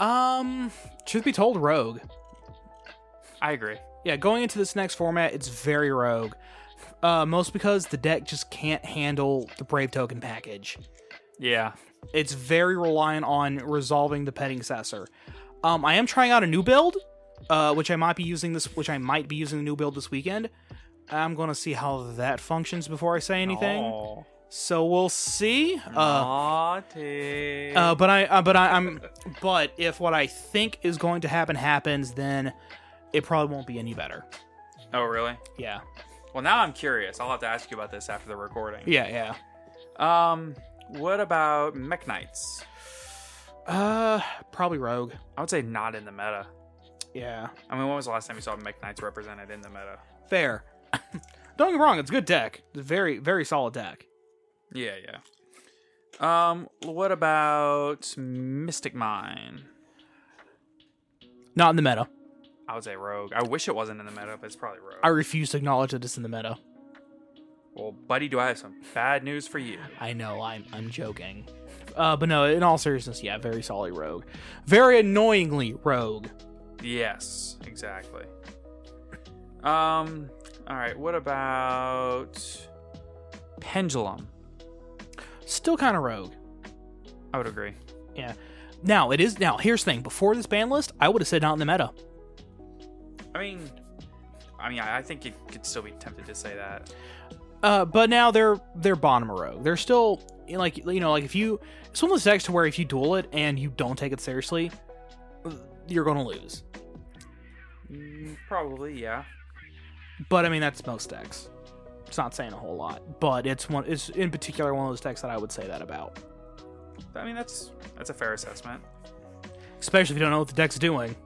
S2: Um, truth be told, Rogue.
S1: I agree.
S2: Yeah, going into this next format, it's very rogue. Uh, most because the deck just can't handle the Brave Token package.
S1: Yeah.
S2: It's very reliant on resolving the Petting Cessor. Um, I am trying out a new build, uh, which I might be using this. Which I might be using the new build this weekend. I'm gonna see how that functions before I say anything.
S1: Aw.
S2: So we'll see. Uh,
S1: Naughty.
S2: uh, but I, uh, but I, I'm, but if what I think is going to happen happens, then it probably won't be any better.
S1: oh, really?
S2: Yeah,
S1: Well, now I'm curious. I'll have to ask you about this after the recording.
S2: yeah, yeah.
S1: Um, what about Mech Knights?
S2: Uh, probably Rogue.
S1: I would say not in the meta.
S2: Yeah,
S1: I mean, when was the last time you saw Mech Knights represented in the meta?
S2: fair. Don't get me wrong; it's a good deck. It's a very, very solid deck.
S1: Yeah, yeah. Um, what about Mystic Mine?
S2: Not in the meta.
S1: I would say Rogue. I wish it wasn't in the meta, but it's probably Rogue.
S2: I refuse to acknowledge that it's in the meta.
S1: well, buddy, do I have some bad news for you?
S2: I know, I'm, I'm joking. Uh, but no, in all seriousness, yeah, very solid Rogue. Very annoyingly Rogue.
S1: Yes, exactly. Um, all right. What about Pendulum?
S2: Still kind of Rogue.
S1: I would agree.
S2: Yeah. Now it is now. Here's the thing. Before this ban list, I would have said not in the meta.
S1: I mean, I mean, I I think you could still be tempted to say that.
S2: Uh, but now they're they're bottom of row. They're still you know, like you know like if you it's one of those decks to where if you duel it and you don't take it seriously, you're gonna lose.
S1: Mm, Probably, yeah.
S2: But I mean that's most decks. It's not saying a whole lot, but it's one. It's in particular one of those decks that I would say that about,
S1: I mean, that's that's a fair assessment.
S2: especially if you don't know what the deck's doing.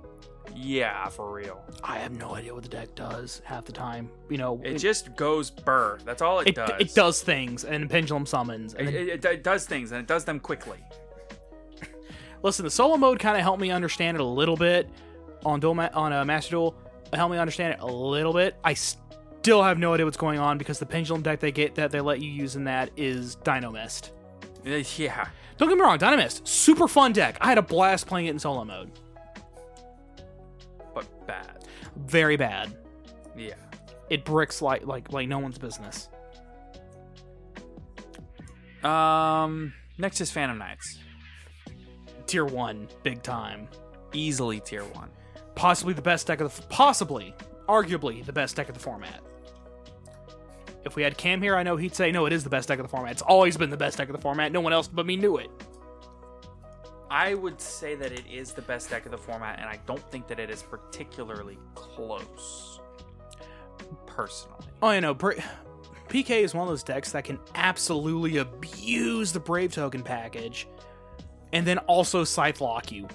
S1: Yeah, for real.
S2: I have no idea what the deck does half the time. You know,
S1: It just goes burr. That's all it,
S2: it,
S1: does.
S2: it does things and pendulum summons. And
S1: It,
S2: then-
S1: it, it does things, and it does them quickly.
S2: Listen, the solo mode kind of helped me understand it a little bit on dual ma- on a master duel. It helped me understand it a little bit. I still have no idea what's going on because the pendulum deck they get that they let you use in that is Dino Mist.
S1: Eh, Yeah.
S2: Don't get me wrong, Dino Mist, super fun deck. I had a blast playing it in solo mode.
S1: but bad.
S2: Very bad.
S1: Yeah.
S2: It bricks like like like no one's business.
S1: Um. Next is Phantom Knights.
S2: Tier one, big time.
S1: Easily tier one.
S2: Possibly the best deck of the f- possibly, arguably the best deck of the format. If we had Cam here, I know he'd say no. It is the best deck of the format. It's always been the best deck of the format. No one else but me knew it.
S1: I would say that it is the best deck of the format, and I don't think that it is particularly close. Personally.
S2: Oh, you know, Bra- PK is one of those decks that can absolutely abuse the Brave Token package and then also Scythe Lock you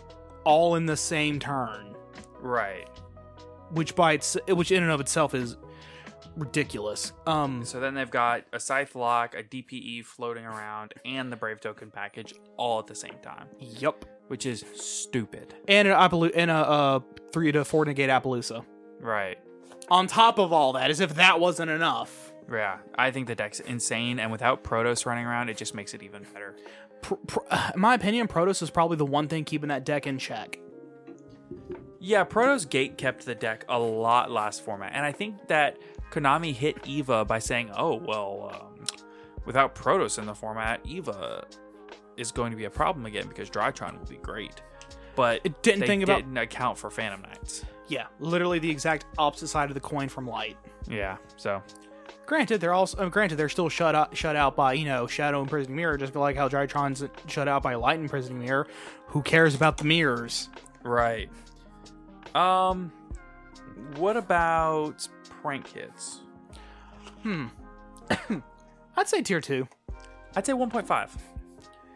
S2: all in the same turn,
S1: Right.
S2: which by its, which in and of itself is ridiculous. Um,
S1: So then they've got a Scythe Lock, a DPE floating around, and the Brave Token package all at the same time,
S2: yep.
S1: which is stupid.
S2: And an Appaloo- and a uh, three to four negate Appaloosa.
S1: Right.
S2: On top of all that, as if that wasn't enough.
S1: Yeah. I think the deck's insane, and without Protoss running around, it just makes it even better.
S2: Pr- pr- in my opinion, Protoss is probably the one thing keeping that deck in check.
S1: Yeah, Proto's Gate kept the deck a lot last format, and I think that Konami hit Eva by saying, "Oh well, um, without Protos in the format, Eva is going to be a problem again because Drytron will be great." But
S2: It didn't
S1: they
S2: think about-
S1: didn't account for Phantom Knights.
S2: Yeah, literally the exact opposite side of the coin from Light.
S1: Yeah, so
S2: Granted, they're also uh, granted they're still shut out shut out by you know Shadow and Prisoning Mirror, just like how Drytron's shut out by Light and Prisoning Mirror. Who cares about the mirrors?
S1: right. Um, what about prank hits?
S2: I'd say tier two.
S1: I'd say 1.5.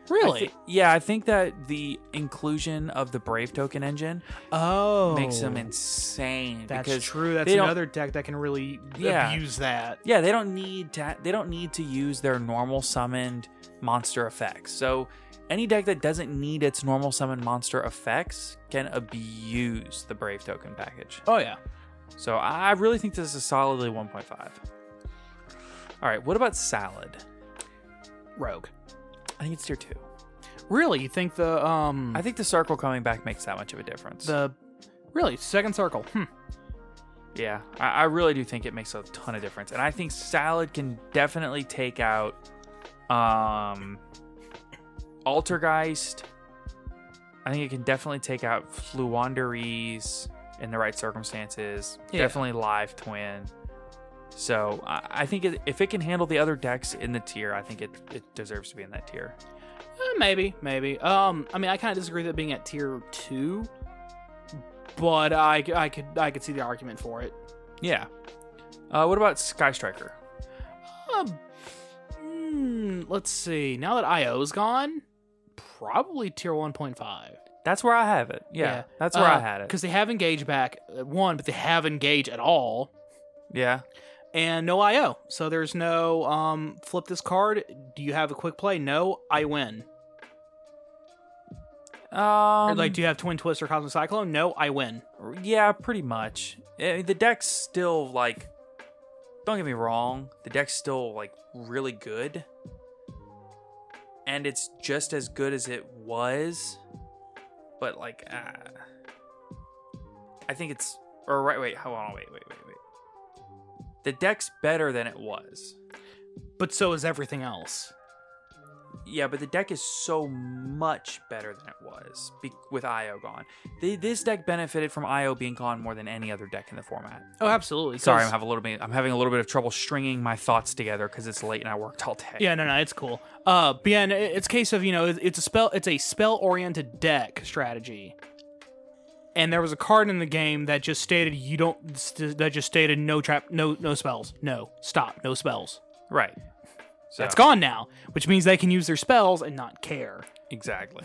S2: Really?
S1: I thi- yeah, I think that the inclusion of the Brave Token engine
S2: oh,
S1: makes them insane.
S2: That's
S1: because
S2: true. That's
S1: they don't-
S2: another deck that can really
S1: Yeah.
S2: abuse that.
S1: Yeah, they don't need to. They don't need to use their normal summoned monster effects. So any deck that doesn't need its normal summoned monster effects can abuse the Brave Token package.
S2: Oh yeah.
S1: So I really think this is solidly 1.5. All right, what about Salad?
S2: Rogue.
S1: I think it's tier two.
S2: Really? You think the um
S1: I think the circle coming back makes that much of a difference.
S2: the really second circle? Hmm.
S1: Yeah, I, I really do think it makes a ton of difference, and I think salad can definitely take out um, Altergeist. I think it can definitely take out Fluanderese in the right circumstances.
S2: Yeah.
S1: Definitely Live Twin. So I, I think it, if it can handle the other decks in the tier, I think it, it deserves to be in that tier.
S2: Eh, maybe, maybe. Um, I mean, I kind of disagree with it being at tier two, but I, c- I could I could see the argument for it.
S1: Yeah. Uh, what about Sky Striker?
S2: Uh, mm, let's see. Now that IO's gone, probably tier one point five.
S1: That's where I have it. Yeah, that's where I had it.
S2: because they have engage back uh, one, but they have engage at all.
S1: Yeah,
S2: and no IO. So there's no um flip this card. Do you have a quick play? No, I win. Or,
S1: um,
S2: like, do you have Twin Twist or Cosmic Cyclone? No, I win.
S1: yeah, pretty much. Eh, the deck's still like, don't get me wrong, the deck's still like really good, and it's just as good as it was, but like, uh, I think it's or right. Wait, hold on, wait, wait, wait, wait. The deck's better than it was.
S2: But so is everything else.
S1: Yeah, but the deck is so much better than it was be- with IO gone. They, this deck benefited from IO being gone more than any other deck in the format.
S2: Oh, absolutely.
S1: Sorry, I'm having a little bit. I'm having a little bit of trouble stringing my thoughts together because it's late and I worked all day.
S2: Yeah, no, no, it's cool. Uh, but yeah, no, it- it's a case of you know, it- it's a spell, it's a spell-oriented deck strategy. And there was a card in the game that just stated you don't st- that just stated no trap, no no spells, no stop, no spells.
S1: right. So,
S2: That's gone now, which means they can use their spells and not care.
S1: Exactly.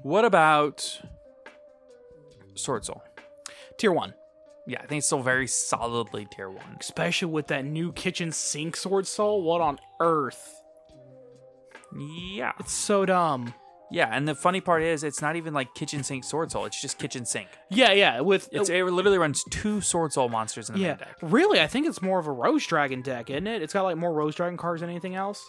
S1: What about Sword Soul?
S2: Tier one.
S1: Yeah, I think it's still very solidly tier one.
S2: especially with that new kitchen sink sword soul what on earth
S1: Yeah.
S2: it's so dumb
S1: Yeah, and the funny part is, it's not even like kitchen sink Sword Soul. It's just kitchen sink.
S2: yeah yeah with uh,
S1: It's, it literally runs two Sword Soul monsters in the
S2: Oh. yeah
S1: main deck.
S2: really i think it's more of a rose dragon deck isn't it it's got like more rose dragon cards than anything else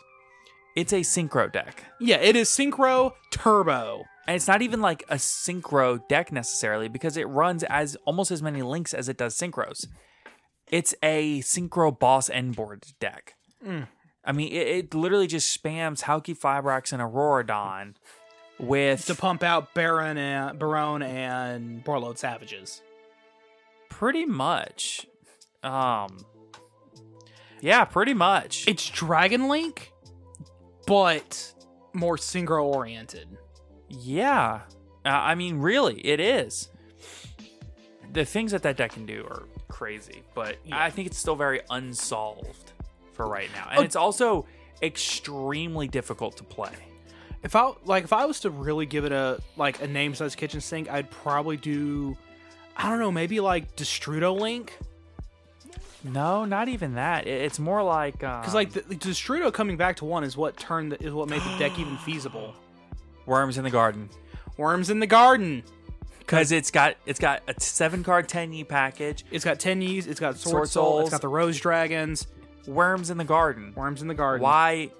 S1: It's a synchro deck.
S2: yeah it is synchro turbo
S1: And it's not even like a synchro deck necessarily because it runs as almost as many links as it does synchros. It's a synchro boss end board deck. I mean, it, it literally just spams Hauki Fibrox and Auroradon with
S2: to pump out baron and barone and barlode savages
S1: pretty much. Um, yeah, pretty much.
S2: it's dragon link but more synchro oriented
S1: yeah. Uh, I mean, really, it is. The things that that deck can do are crazy, but I think it's still very unsolved for right now. And
S2: Oh.
S1: it's also extremely difficult to play.
S2: if I like if I was to really give it a like a name size kitchen sink, I'd probably do I don't know, maybe like Destrudo Link
S1: No, not even that. It- It's more like um,
S2: cuz like the, the Destrudo coming back to one is what turned the, is what made the deck even feasible.
S1: worms in the garden
S2: Worms in the Garden.
S1: because it's got it's got a seven card ten ye package.
S2: It's got ten Yeas, it's got Sword,
S1: Sword
S2: Soul,
S1: Souls.
S2: it's got the Rose Dragons,
S1: Worms in the garden.
S2: Worms in the Garden.
S1: Y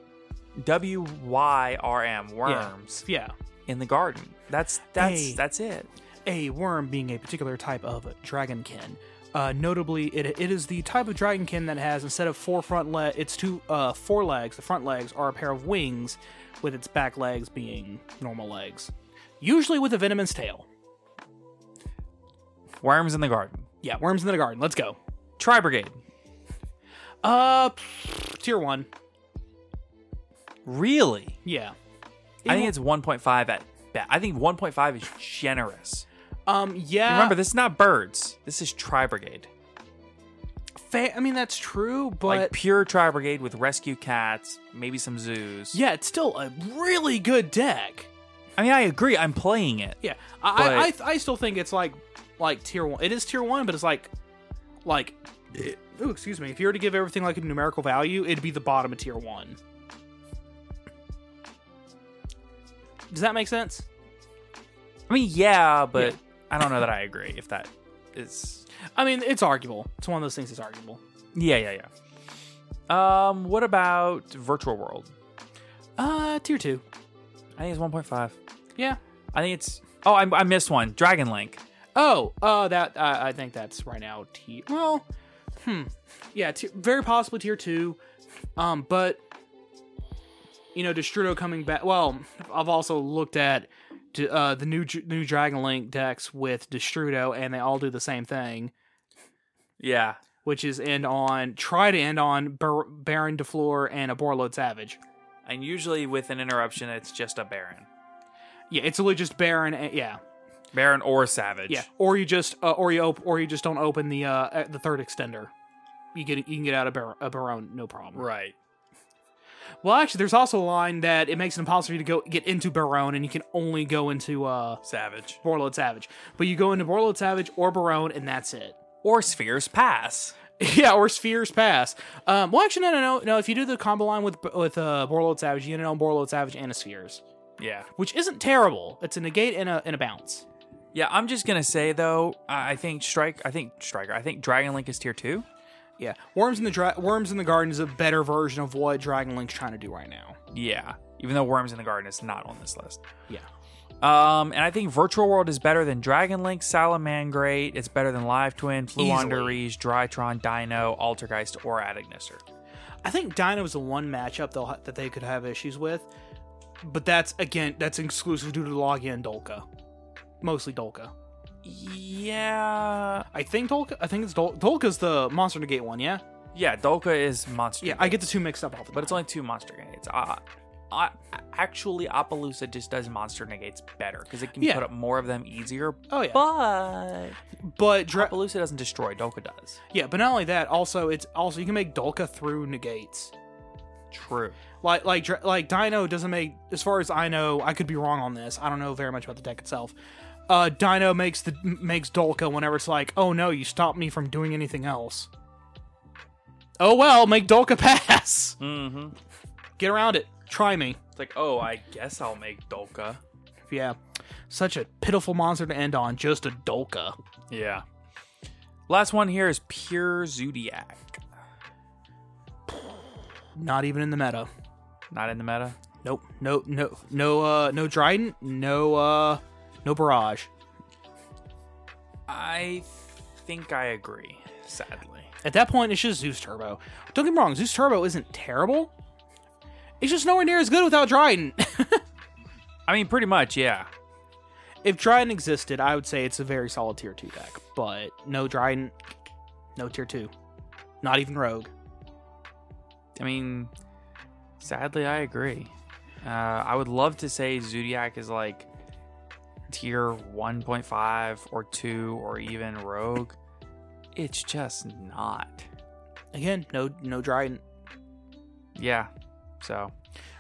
S1: W Y R M worms
S2: Yeah.
S1: in the garden. That's that's
S2: Hey.
S1: that's it.
S2: A worm being a particular type of dragonkin. Uh, notably, it, it is the type of dragonkin that has instead of four front le- its two uh, four legs. The front legs are a pair of wings, with its back legs being normal legs. Usually with a venomous tail.
S1: Worms in the garden.
S2: Yeah, worms in the garden. Let's go.
S1: Tri Brigade.
S2: Uh, pfft, tier one.
S1: Really?
S2: Yeah.
S1: I think it's 1.5 at bet. I think 1.5 is generous.
S2: Um. Yeah.
S1: Remember, this is not birds. This is Tri Brigade.
S2: Fa- I mean, that's true, but
S1: Like pure Tri Brigade with rescue cats, maybe some zoos.
S2: yeah, it's still a really good deck.
S1: I mean, I agree. I'm playing it.
S2: Yeah, I, I, I, I still think it's like like tier one. It is tier one, but it's like like eh, ooh, excuse me. If you were to give everything like a numerical value, it'd be the bottom of tier one. Does that make sense?
S1: I mean, yeah, but I don't know that I agree if that is.
S2: I mean, it's arguable. It's one of those things that's arguable.
S1: Yeah, yeah, yeah. Um, what about Virtual World?
S2: Uh, tier two.
S1: I think it's 1.5.
S2: Yeah.
S1: I think it's. Oh, I, I missed one. Dragon Link.
S2: Oh, uh, that uh, I think that's right now. T- well, hmm, yeah, t- very possibly tier two. Um, but you know, Destrudo coming back. Well, I've also looked at d- uh, the new dr- new Dragon Link decks with Destrudo, and they all do the same thing,
S1: Yeah.
S2: which is end on try to end on Bar- Baron Deflor and a Borlode Savage.
S1: And usually with an interruption, it's just a Baron.
S2: Yeah, it's literally just Baron. And, yeah,
S1: Baron or Savage.
S2: yeah. Or you just uh, or you op- or you just don't open the uh, uh, the third extender. You get you can get out of Bar- a Baron, no problem.
S1: Right.
S2: Well, actually, there's also a line that it makes it impossible for you to go get into Barone, and you can only go into uh,
S1: Savage.
S2: Borlode Savage. But you go into Borlode Savage or Barone, and that's it.
S1: Or Sphere's Pass.
S2: yeah, or Sphere's Pass. Um, well, actually, no, no, no, no. If you do the combo line with with uh, Borlode Savage, you end it on Borlode Savage and a Sphere's,
S1: Yeah.
S2: which isn't terrible. It's a negate and a and a bounce.
S1: Yeah, I'm just gonna say though, I I think Strike I think Striker, I think Dragon Link is tier two.
S2: Yeah, Worms in the Dra- Worms in the Garden is a better version of what Dragon Link's trying to do right now.
S1: Yeah. Even though Worms in the Garden is not on this list.
S2: Yeah.
S1: Um, and I think Virtual World is better than Dragon Link, Salamangreat, it's better than Live Twin, Fluon
S2: Easily.
S1: Derige, Drytron, Dino, Altergeist, or Adignister.
S2: I think Dino was the one matchup they'll ha- that they could have issues with, but that's again that's exclusive due to Logia and Dolka, mostly Dolka.
S1: Yeah.
S2: I think Dolka. I think it's Dol- Dolka's the monster negate one. Yeah,
S1: Yeah, Dolka is monster.
S2: yeah. I get the two mixed up all the
S1: but it's
S2: time.
S1: only two monster negates. Uh, uh, actually, Appaloosa just does monster negates better because it can
S2: Yeah.
S1: put up more of them easier.
S2: Oh, yeah.
S1: but
S2: but dra-
S1: Appaloosa doesn't destroy. Dolka does.
S2: yeah. But not only that, also it's also you can make Dolka through negates.
S1: True.
S2: Like like dra- like Dino doesn't make as far as I know. I could be wrong on this. I don't know very much about the deck itself. Uh, Dino makes the m- makes Dolka whenever it's like, oh no, you stopped me from doing anything else. Oh well, make Dolka pass.
S1: Mm-hmm.
S2: Get around it. Try me.
S1: It's like, oh, I guess I'll make Dolka.
S2: Yeah, such a pitiful monster to end on. Just a Dolka.
S1: Yeah. Last one here is pure Zodiac.
S2: Not even in the meta.
S1: Not in the meta.
S2: Nope. No. No. No. Uh. No Dryden. No. Uh. No Barrage.
S1: I think I agree. Sadly.
S2: At that point, it's just Zeus Turbo. Don't get me wrong. Zeus Turbo isn't terrible. It's just nowhere near as good without Dryden.
S1: I mean, pretty much. Yeah.
S2: if Dryden existed, I would say it's a very solid tier two deck. But no Dryden. No tier two. Not even Rogue.
S1: I mean, sadly, I agree. Uh, I would love to say Zodiac is like tier 1.5 or 2 or even Rogue. It's just not.
S2: Again, no. No Dryden.
S1: Yeah. So,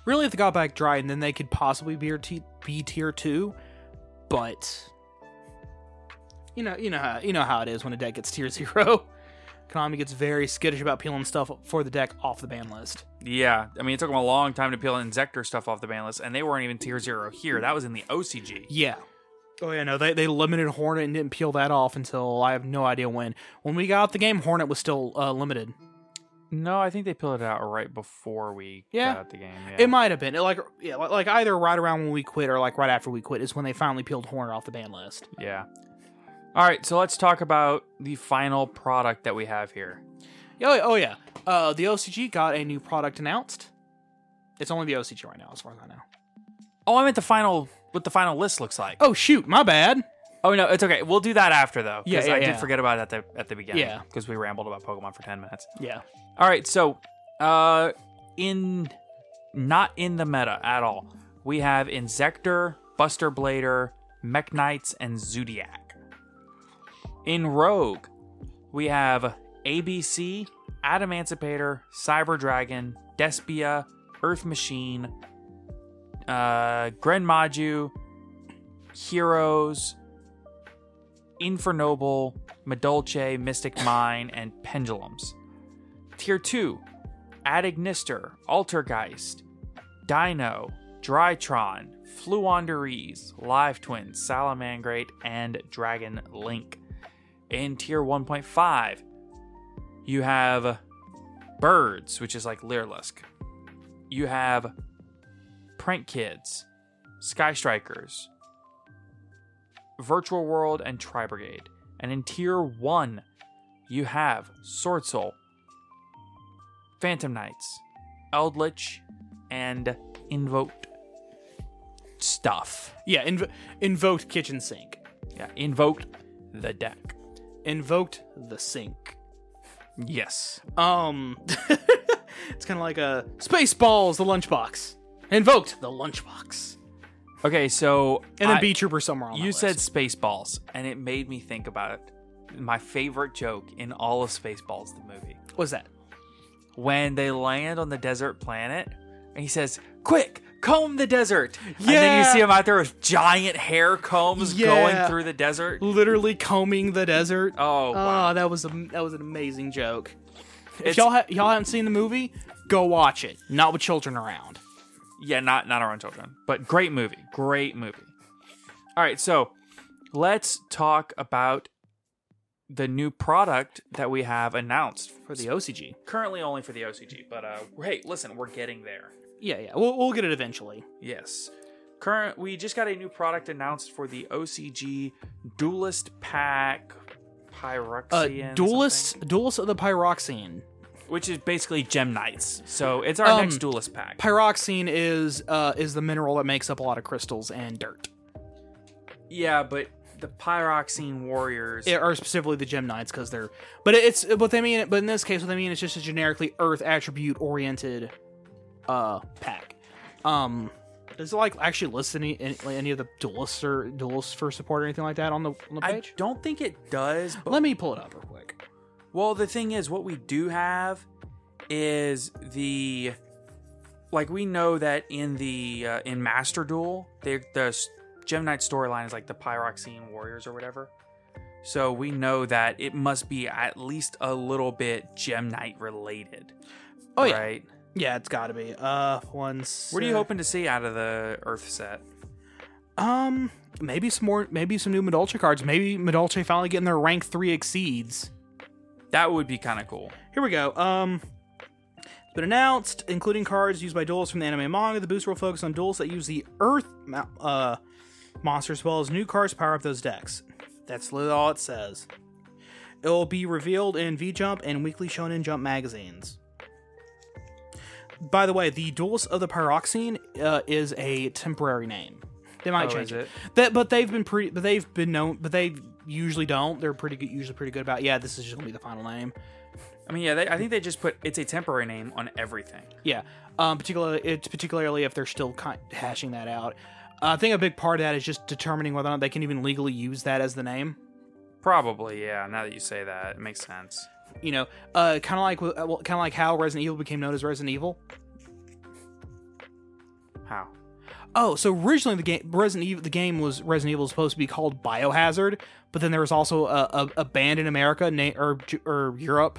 S2: Really, if they got back Dryden, then they could possibly be tier, t- be tier two, but you know, you know, how, you know how it is when a deck gets tier zero. Konami gets very skittish about peeling stuff for the deck off the ban list.
S1: yeah. I mean, it took them a long time to peel Inzector stuff off the ban list, and they weren't even tier 0 here. That was in the OCG.
S2: Yeah. Oh yeah, no, they they limited Hornet and didn't peel that off until I have no idea when. When we got the game, Hornet was still uh, limited.
S1: No, I think they peeled it out right before we
S2: Yeah.
S1: got out the game. Yeah.
S2: It might have been It, like yeah, like like either right around when we quit or like right after we quit is when they finally peeled Hornet off the ban list.
S1: yeah. All right. So, let's talk about the final product that we have here.
S2: Oh, yeah, oh yeah. Uh, the OCG got a new product announced. It's only the OCG right now, as far as I know.
S1: Oh, I meant the final. What the final list looks like.
S2: Oh shoot, my bad.
S1: Oh no, it's okay. We'll do that after though. 'cause
S2: Yeah, yeah,
S1: I
S2: yeah.
S1: did forget about it at the at the beginning.
S2: Yeah.
S1: because we rambled about Pokemon for ten minutes.
S2: Yeah.
S1: All right, so uh, in not in the meta at all, we have Insector, Buster Blader, Mech Knights, and Zodiac. In Rogue, we have ABC, Adamancipator, Cyber Dragon, Despia, Earth Machine, uh, Grenmaju, Heroes, Infernoble, Medolce, Mystic Mine, and Pendulums. Tier 2, Adignister, Altergeist, Dino, Drytron, Fluonderese, Live Twin, Salamangreat, and Dragon Link. In Tier 1.5, you have Birds, which is like Lyrlisk. You have Prank Kids, Sky Strikers, Virtual World, and Tri Brigade. And in tier one, you have Sword Soul, Phantom Knights, Eldritch, and Invoked stuff.
S2: Yeah, inv- invoked kitchen sink.
S1: Yeah, Invoked the deck.
S2: Invoked the sink.
S1: Yes.
S2: Um, it's kind of like a Spaceballs, the lunchbox. Invoked, the lunchbox.
S1: Okay, so
S2: And then
S1: I-
S2: B Trooper somewhere on
S1: You said Spaceballs, and it made me think about it. My favorite joke in all of Spaceballs, the movie.
S2: was that?
S1: When they land on the desert planet, and he says, Quick, comb the desert. And then you
S2: Yeah.
S1: see him out there with giant hair combs
S2: Yeah.
S1: going through the desert.
S2: Literally combing the desert.
S1: Oh, wow.
S2: Oh, that was a, that was an amazing joke.
S1: It's-
S2: if y'all ha- y'all haven't seen the movie, go watch it. Not with children around.
S1: Yeah, not not around children, but great movie. Great movie. All right, so let's talk about the new product that we have announced
S2: For the OCG.
S1: currently only for the OCG, but uh, hey, listen, we're getting there.
S2: Yeah, yeah. We'll, we'll get it eventually.
S1: Yes. Current, we just got a new product announced for the OCG Duelist Pack
S2: Uh,
S1: Pyroxian.
S2: Duelist,
S1: something,
S2: Duelist of the Pyroxene.
S1: which is basically Gem Knights. So it's our
S2: Um,
S1: next Duelist Pack.
S2: Pyroxene is uh, is the mineral that makes up a lot of crystals and dirt.
S1: yeah, but the Pyroxene Warriors.
S2: It- or specifically the Gem Knights, because they're. But it's what they mean. But in this case, what they mean is just a generically Earth attribute oriented, uh, pack. Um, is it like actually list any any, like, any of the duelists or duelists for support or anything like that on the on the
S1: I
S2: page?
S1: don't think it does. But,
S2: Let me pull it up real quick.
S1: well, the thing is, what we do have is the like we know that in the uh, in Master Duel, they, the s- Gem Knight storyline is like the Pyroxene Warriors or whatever. So we know that it must be at least a little bit Gem Knight related.
S2: Oh, yeah.
S1: right.
S2: Yeah, it's got to be. Uh, one.
S1: What are you
S2: sec.
S1: hoping to see out of the Earth set?
S2: Um, maybe some more. Maybe some new Medolce cards. Maybe Medolce finally getting their rank three exceeds.
S1: That would be kind of cool.
S2: Here we go. Um, it's been announced, including cards used by duels from the anime and manga. The boost will focus on duels that use the Earth ma- uh, monster, as well as new cards to power up those decks. That's literally all it says. It will be revealed in V Jump and Weekly Shonen Jump magazines. By the way, the Duels of the Pyroxene uh, is a temporary name. They might
S1: Oh, is
S2: change it.
S1: it?
S2: That, but they've been pretty. But they've been known. But they usually don't. They're pretty good. Usually pretty good about. Yeah, this is just gonna be the final name.
S1: I mean, yeah, they, I think they just put it's a temporary name on everything.
S2: Yeah, um, particularly it's particularly if they're still kind hashing that out. Uh, I think a big part of that is just determining whether or not they can even legally use that as the name.
S1: Probably, yeah. Now that you say that, it makes sense.
S2: You know, uh, kind of like with- well, kind of like how Resident Evil became known as Resident Evil.
S1: How?
S2: Oh, so originally the game Resident Evil the game was Resident Evil was supposed to be called Biohazard, but then there was also a, a, a band in America na- or Ju- or Europe,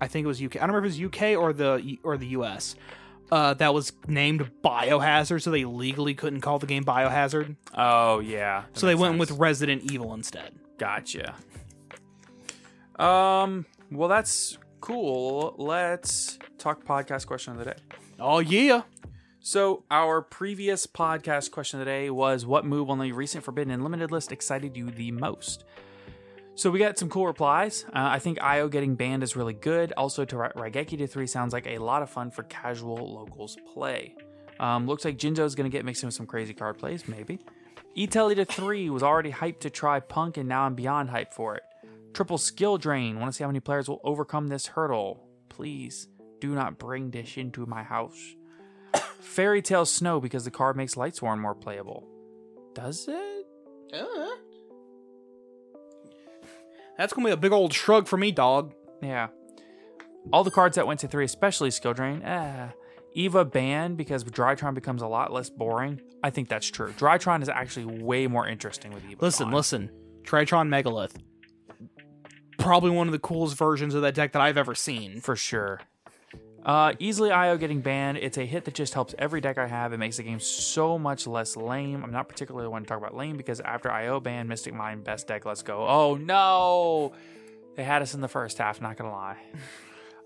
S2: I think it was UK. I don't remember if it was UK or the or the US. Uh, that was named Biohazard, so they legally couldn't call the game Biohazard.
S1: Oh yeah.
S2: So they went with Resident Evil instead.
S1: Gotcha. Um. Well, that's cool. Let's talk podcast question of the day.
S2: Oh yeah.
S1: So our previous podcast question of the day was, "What move on the recent Forbidden and Limited list excited you the most?" So we got some cool replies. Uh, I think Io getting banned is really good. Also, to Ra- Raigeki to three sounds like a lot of fun for casual locals play. Um, looks like Jinzo's gonna get mixed in with some crazy card plays, maybe. Etelli to three was already hyped to try Punk, and now I'm beyond hyped for it. Triple skill drain. Want to see how many players will overcome this hurdle? Please do not bring Dish into my house. Fairy Tale Snow because the card makes Lightsworn more playable. Does it?
S2: That's gonna be a big old shrug for me, dog.
S1: Yeah. All the cards that went to three, especially Skill Drain. Eh. Eva banned because Drytron becomes a lot less boring. I think that's true. Drytron is actually way more interesting with Eva.
S2: Listen,
S1: gone.
S2: listen. Tritron Megalith. Probably one of the coolest versions of that deck that I've ever seen.
S1: For sure. Uh, easily IO getting banned. It's a hit that just helps every deck I have. It makes the game so much less lame. I'm not particularly one to talk about lame because after IO ban, Mystic Mind best deck. Let's go. Oh no, they had us in the first half. Not gonna lie.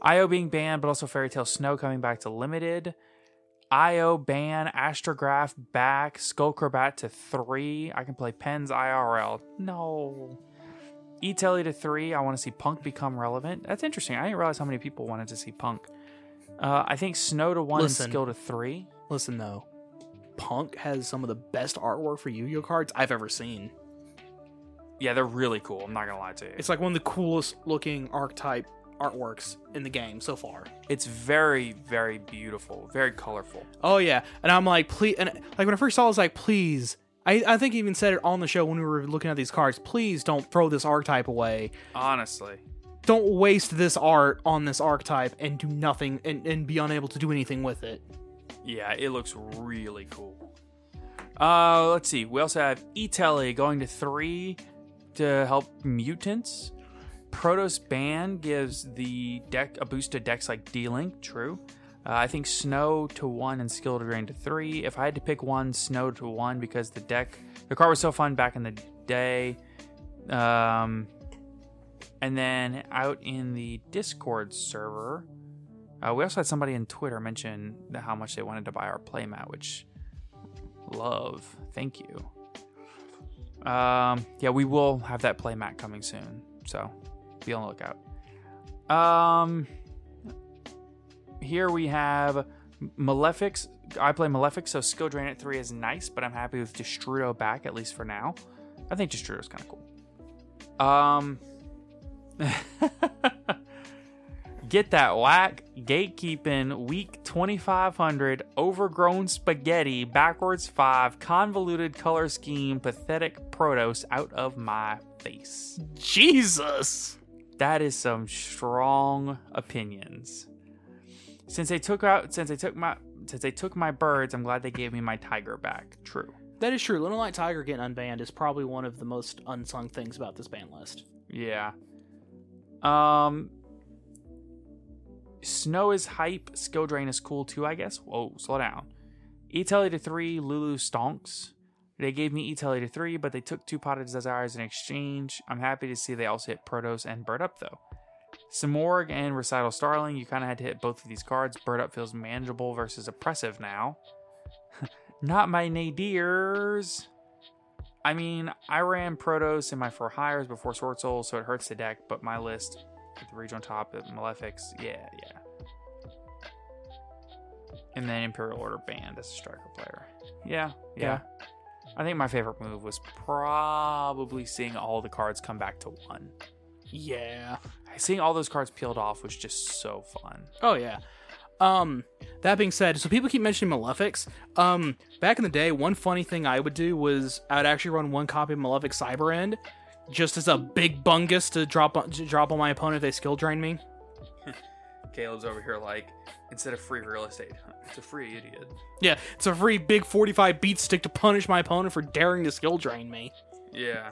S1: IO being banned, but also Fairy Tale Snow coming back to limited. IO ban, astrograph back, skullcrabat to three. I can play pens IRL. No. E Telly to three. I want to see Punk become relevant. That's interesting. I didn't realize how many people wanted to see Punk. Uh, I think Snow to one
S2: Listen.
S1: and Skill to three.
S2: Listen though, Punk has some of the best artwork for Yu-Gi-Oh cards I've ever seen.
S1: Yeah, they're really cool. I'm not gonna lie to you.
S2: It's like one of the coolest looking archetype artworks in the game so far.
S1: It's very, very beautiful, very colorful.
S2: Oh yeah, and I'm like, please, and like when I first saw, it, I was like, please. I, I think he even said it on the show when we were looking at these cards. Please don't throw this archetype away.
S1: Honestly,
S2: Don't waste this art on this archetype and do nothing and, and be unable to do anything with it.
S1: yeah, it looks really cool. Uh, let's see. We also have Itelli going to three to help mutants. Protos Ban gives the deck a boost to decks like D-Link. True. Uh, I think Snow to one and Skill to Drain to three. If I had to pick one, Snow to one because the deck, the card was so fun back in the day. Um, and then out in the Discord server, uh, we also had somebody in Twitter mention that how much they wanted to buy our playmat, which love. Thank you. Um, yeah, we will have that playmat coming soon, so be on the lookout. Um, here we have Malefics. I play Malefic, so Skill Drain at three is nice, but I'm happy with Destrudo back at least for now. I think Destrudo's kind of cool. Um, get that whack gatekeeping week 2500 overgrown spaghetti backwards five convoluted color scheme pathetic protos out of my face
S2: Jesus.
S1: that is some strong opinions since they took out since they took my since they took my birds i'm glad they gave me my tiger back true
S2: That is true. Little Light Tiger getting unbanned is probably one of the most unsung things about this ban list.
S1: Yeah. Um Snow is hype, skill drain is cool too, I guess. Whoa, slow down. Itelli to three, Lulu stonks. They gave me Itelli to three, but they took two potted desires in exchange. I'm happy to see they also hit Protos and Bird Up though. Simorg and Recital Starling, you kind of had to hit both of these cards. Bird Up feels manageable versus oppressive now. Not my nadirs. I mean, I ran Protos in my for hires before Sword Soul, so it hurts the deck, but my list at the regional top at Malefics, yeah, yeah. And then Imperial Order banned as a striker player. Yeah, yeah. I think my favorite move was probably seeing all the cards come back to one.
S2: Yeah.
S1: Seeing all those cards peeled off was just so fun.
S2: Oh yeah. Um, that being said, so people keep mentioning Malefics. Um, back in the day, one funny thing I would do was I would actually run one copy of Malefic Cyber End, just as a big bungus to drop on, to drop on my opponent if they skill drain me.
S1: Caleb's over here like, instead of free real estate, it's a free idiot.
S2: Yeah, it's a free big 45 beat stick to punish my opponent for daring to skill drain me.
S1: Yeah.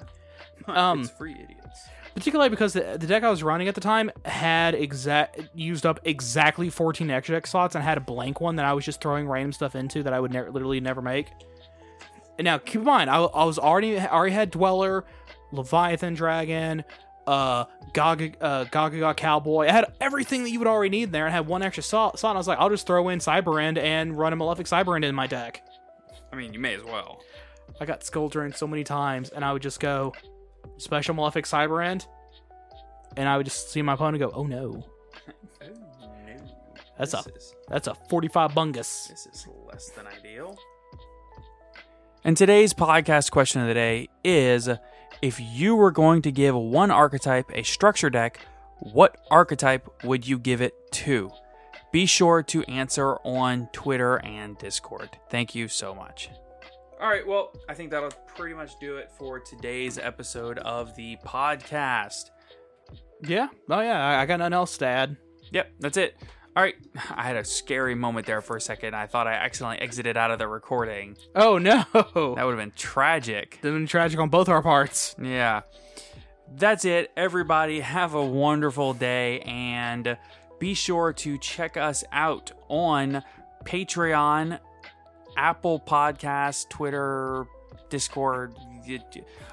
S2: Um,
S1: it's free idiots.
S2: particularly because the, the deck I was running at the time had exact used up exactly 14 extra deck slots and had a blank one that I was just throwing random stuff into that I would never literally never make. And now keep in mind, I, I was already already had Dweller, Leviathan Dragon, uh, Gaga uh, Gagaga Cowboy. I had everything that you would already need there, and had one extra slot. slot and I was like, I'll just throw in Cyber End and run a Malefic Cyber End in my deck.
S1: I mean, you may as well.
S2: I got skull drained so many times, and I would just go special malefic cyber end, and I would just see my opponent go, "Oh no, That's This up.
S1: Is,
S2: that's a forty-five bungus."
S1: this is less than ideal. And today's podcast question of the day is if you were going to give one archetype a structure deck, what archetype would you give it to? Be sure to answer on Twitter and Discord. Thank you so much. All right, well, I think that'll pretty much do it for today's episode of the podcast.
S2: Yeah, oh yeah, I- I got nothing else to add.
S1: Yep, that's it. All right, I had a scary moment there for a second. I thought I accidentally exited out of the recording.
S2: Oh no,
S1: That would have been tragic.
S2: been tragic on both our parts.
S1: Yeah. That's it, everybody. Have a wonderful day and be sure to check us out on Patreon, Apple Podcasts, Twitter, Discord.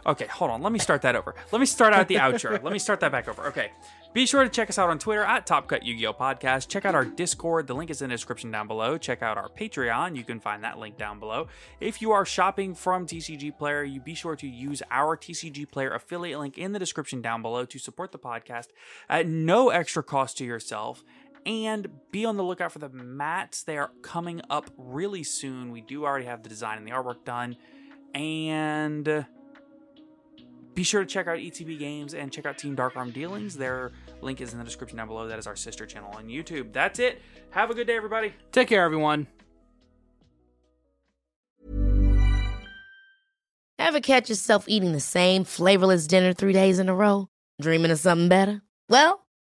S1: Okay, hold on. Let me start that over. Let me start out the outro. Let me start that back over. Okay. Be sure to check us out on Twitter at Top Cut Yu-Gi-Oh Podcast. Check out our Discord. The link is in the description down below. Check out our Patreon. You can find that link down below. If you are shopping from TCG Player, you be sure to use our TCG Player affiliate link in the description down below to support the podcast at no extra cost to yourself. And be on the lookout for the mats. They are coming up really soon. We do already have the design and the artwork done. And uh, be sure to check out ETB Games and check out Team Dark Arm Dealings. Their link is in the description down below. That is our sister channel on YouTube. That's it. Have a good day, everybody.
S2: Take care, everyone.
S3: Ever catch yourself eating the same flavorless dinner three days in a row? Dreaming of something better? Well,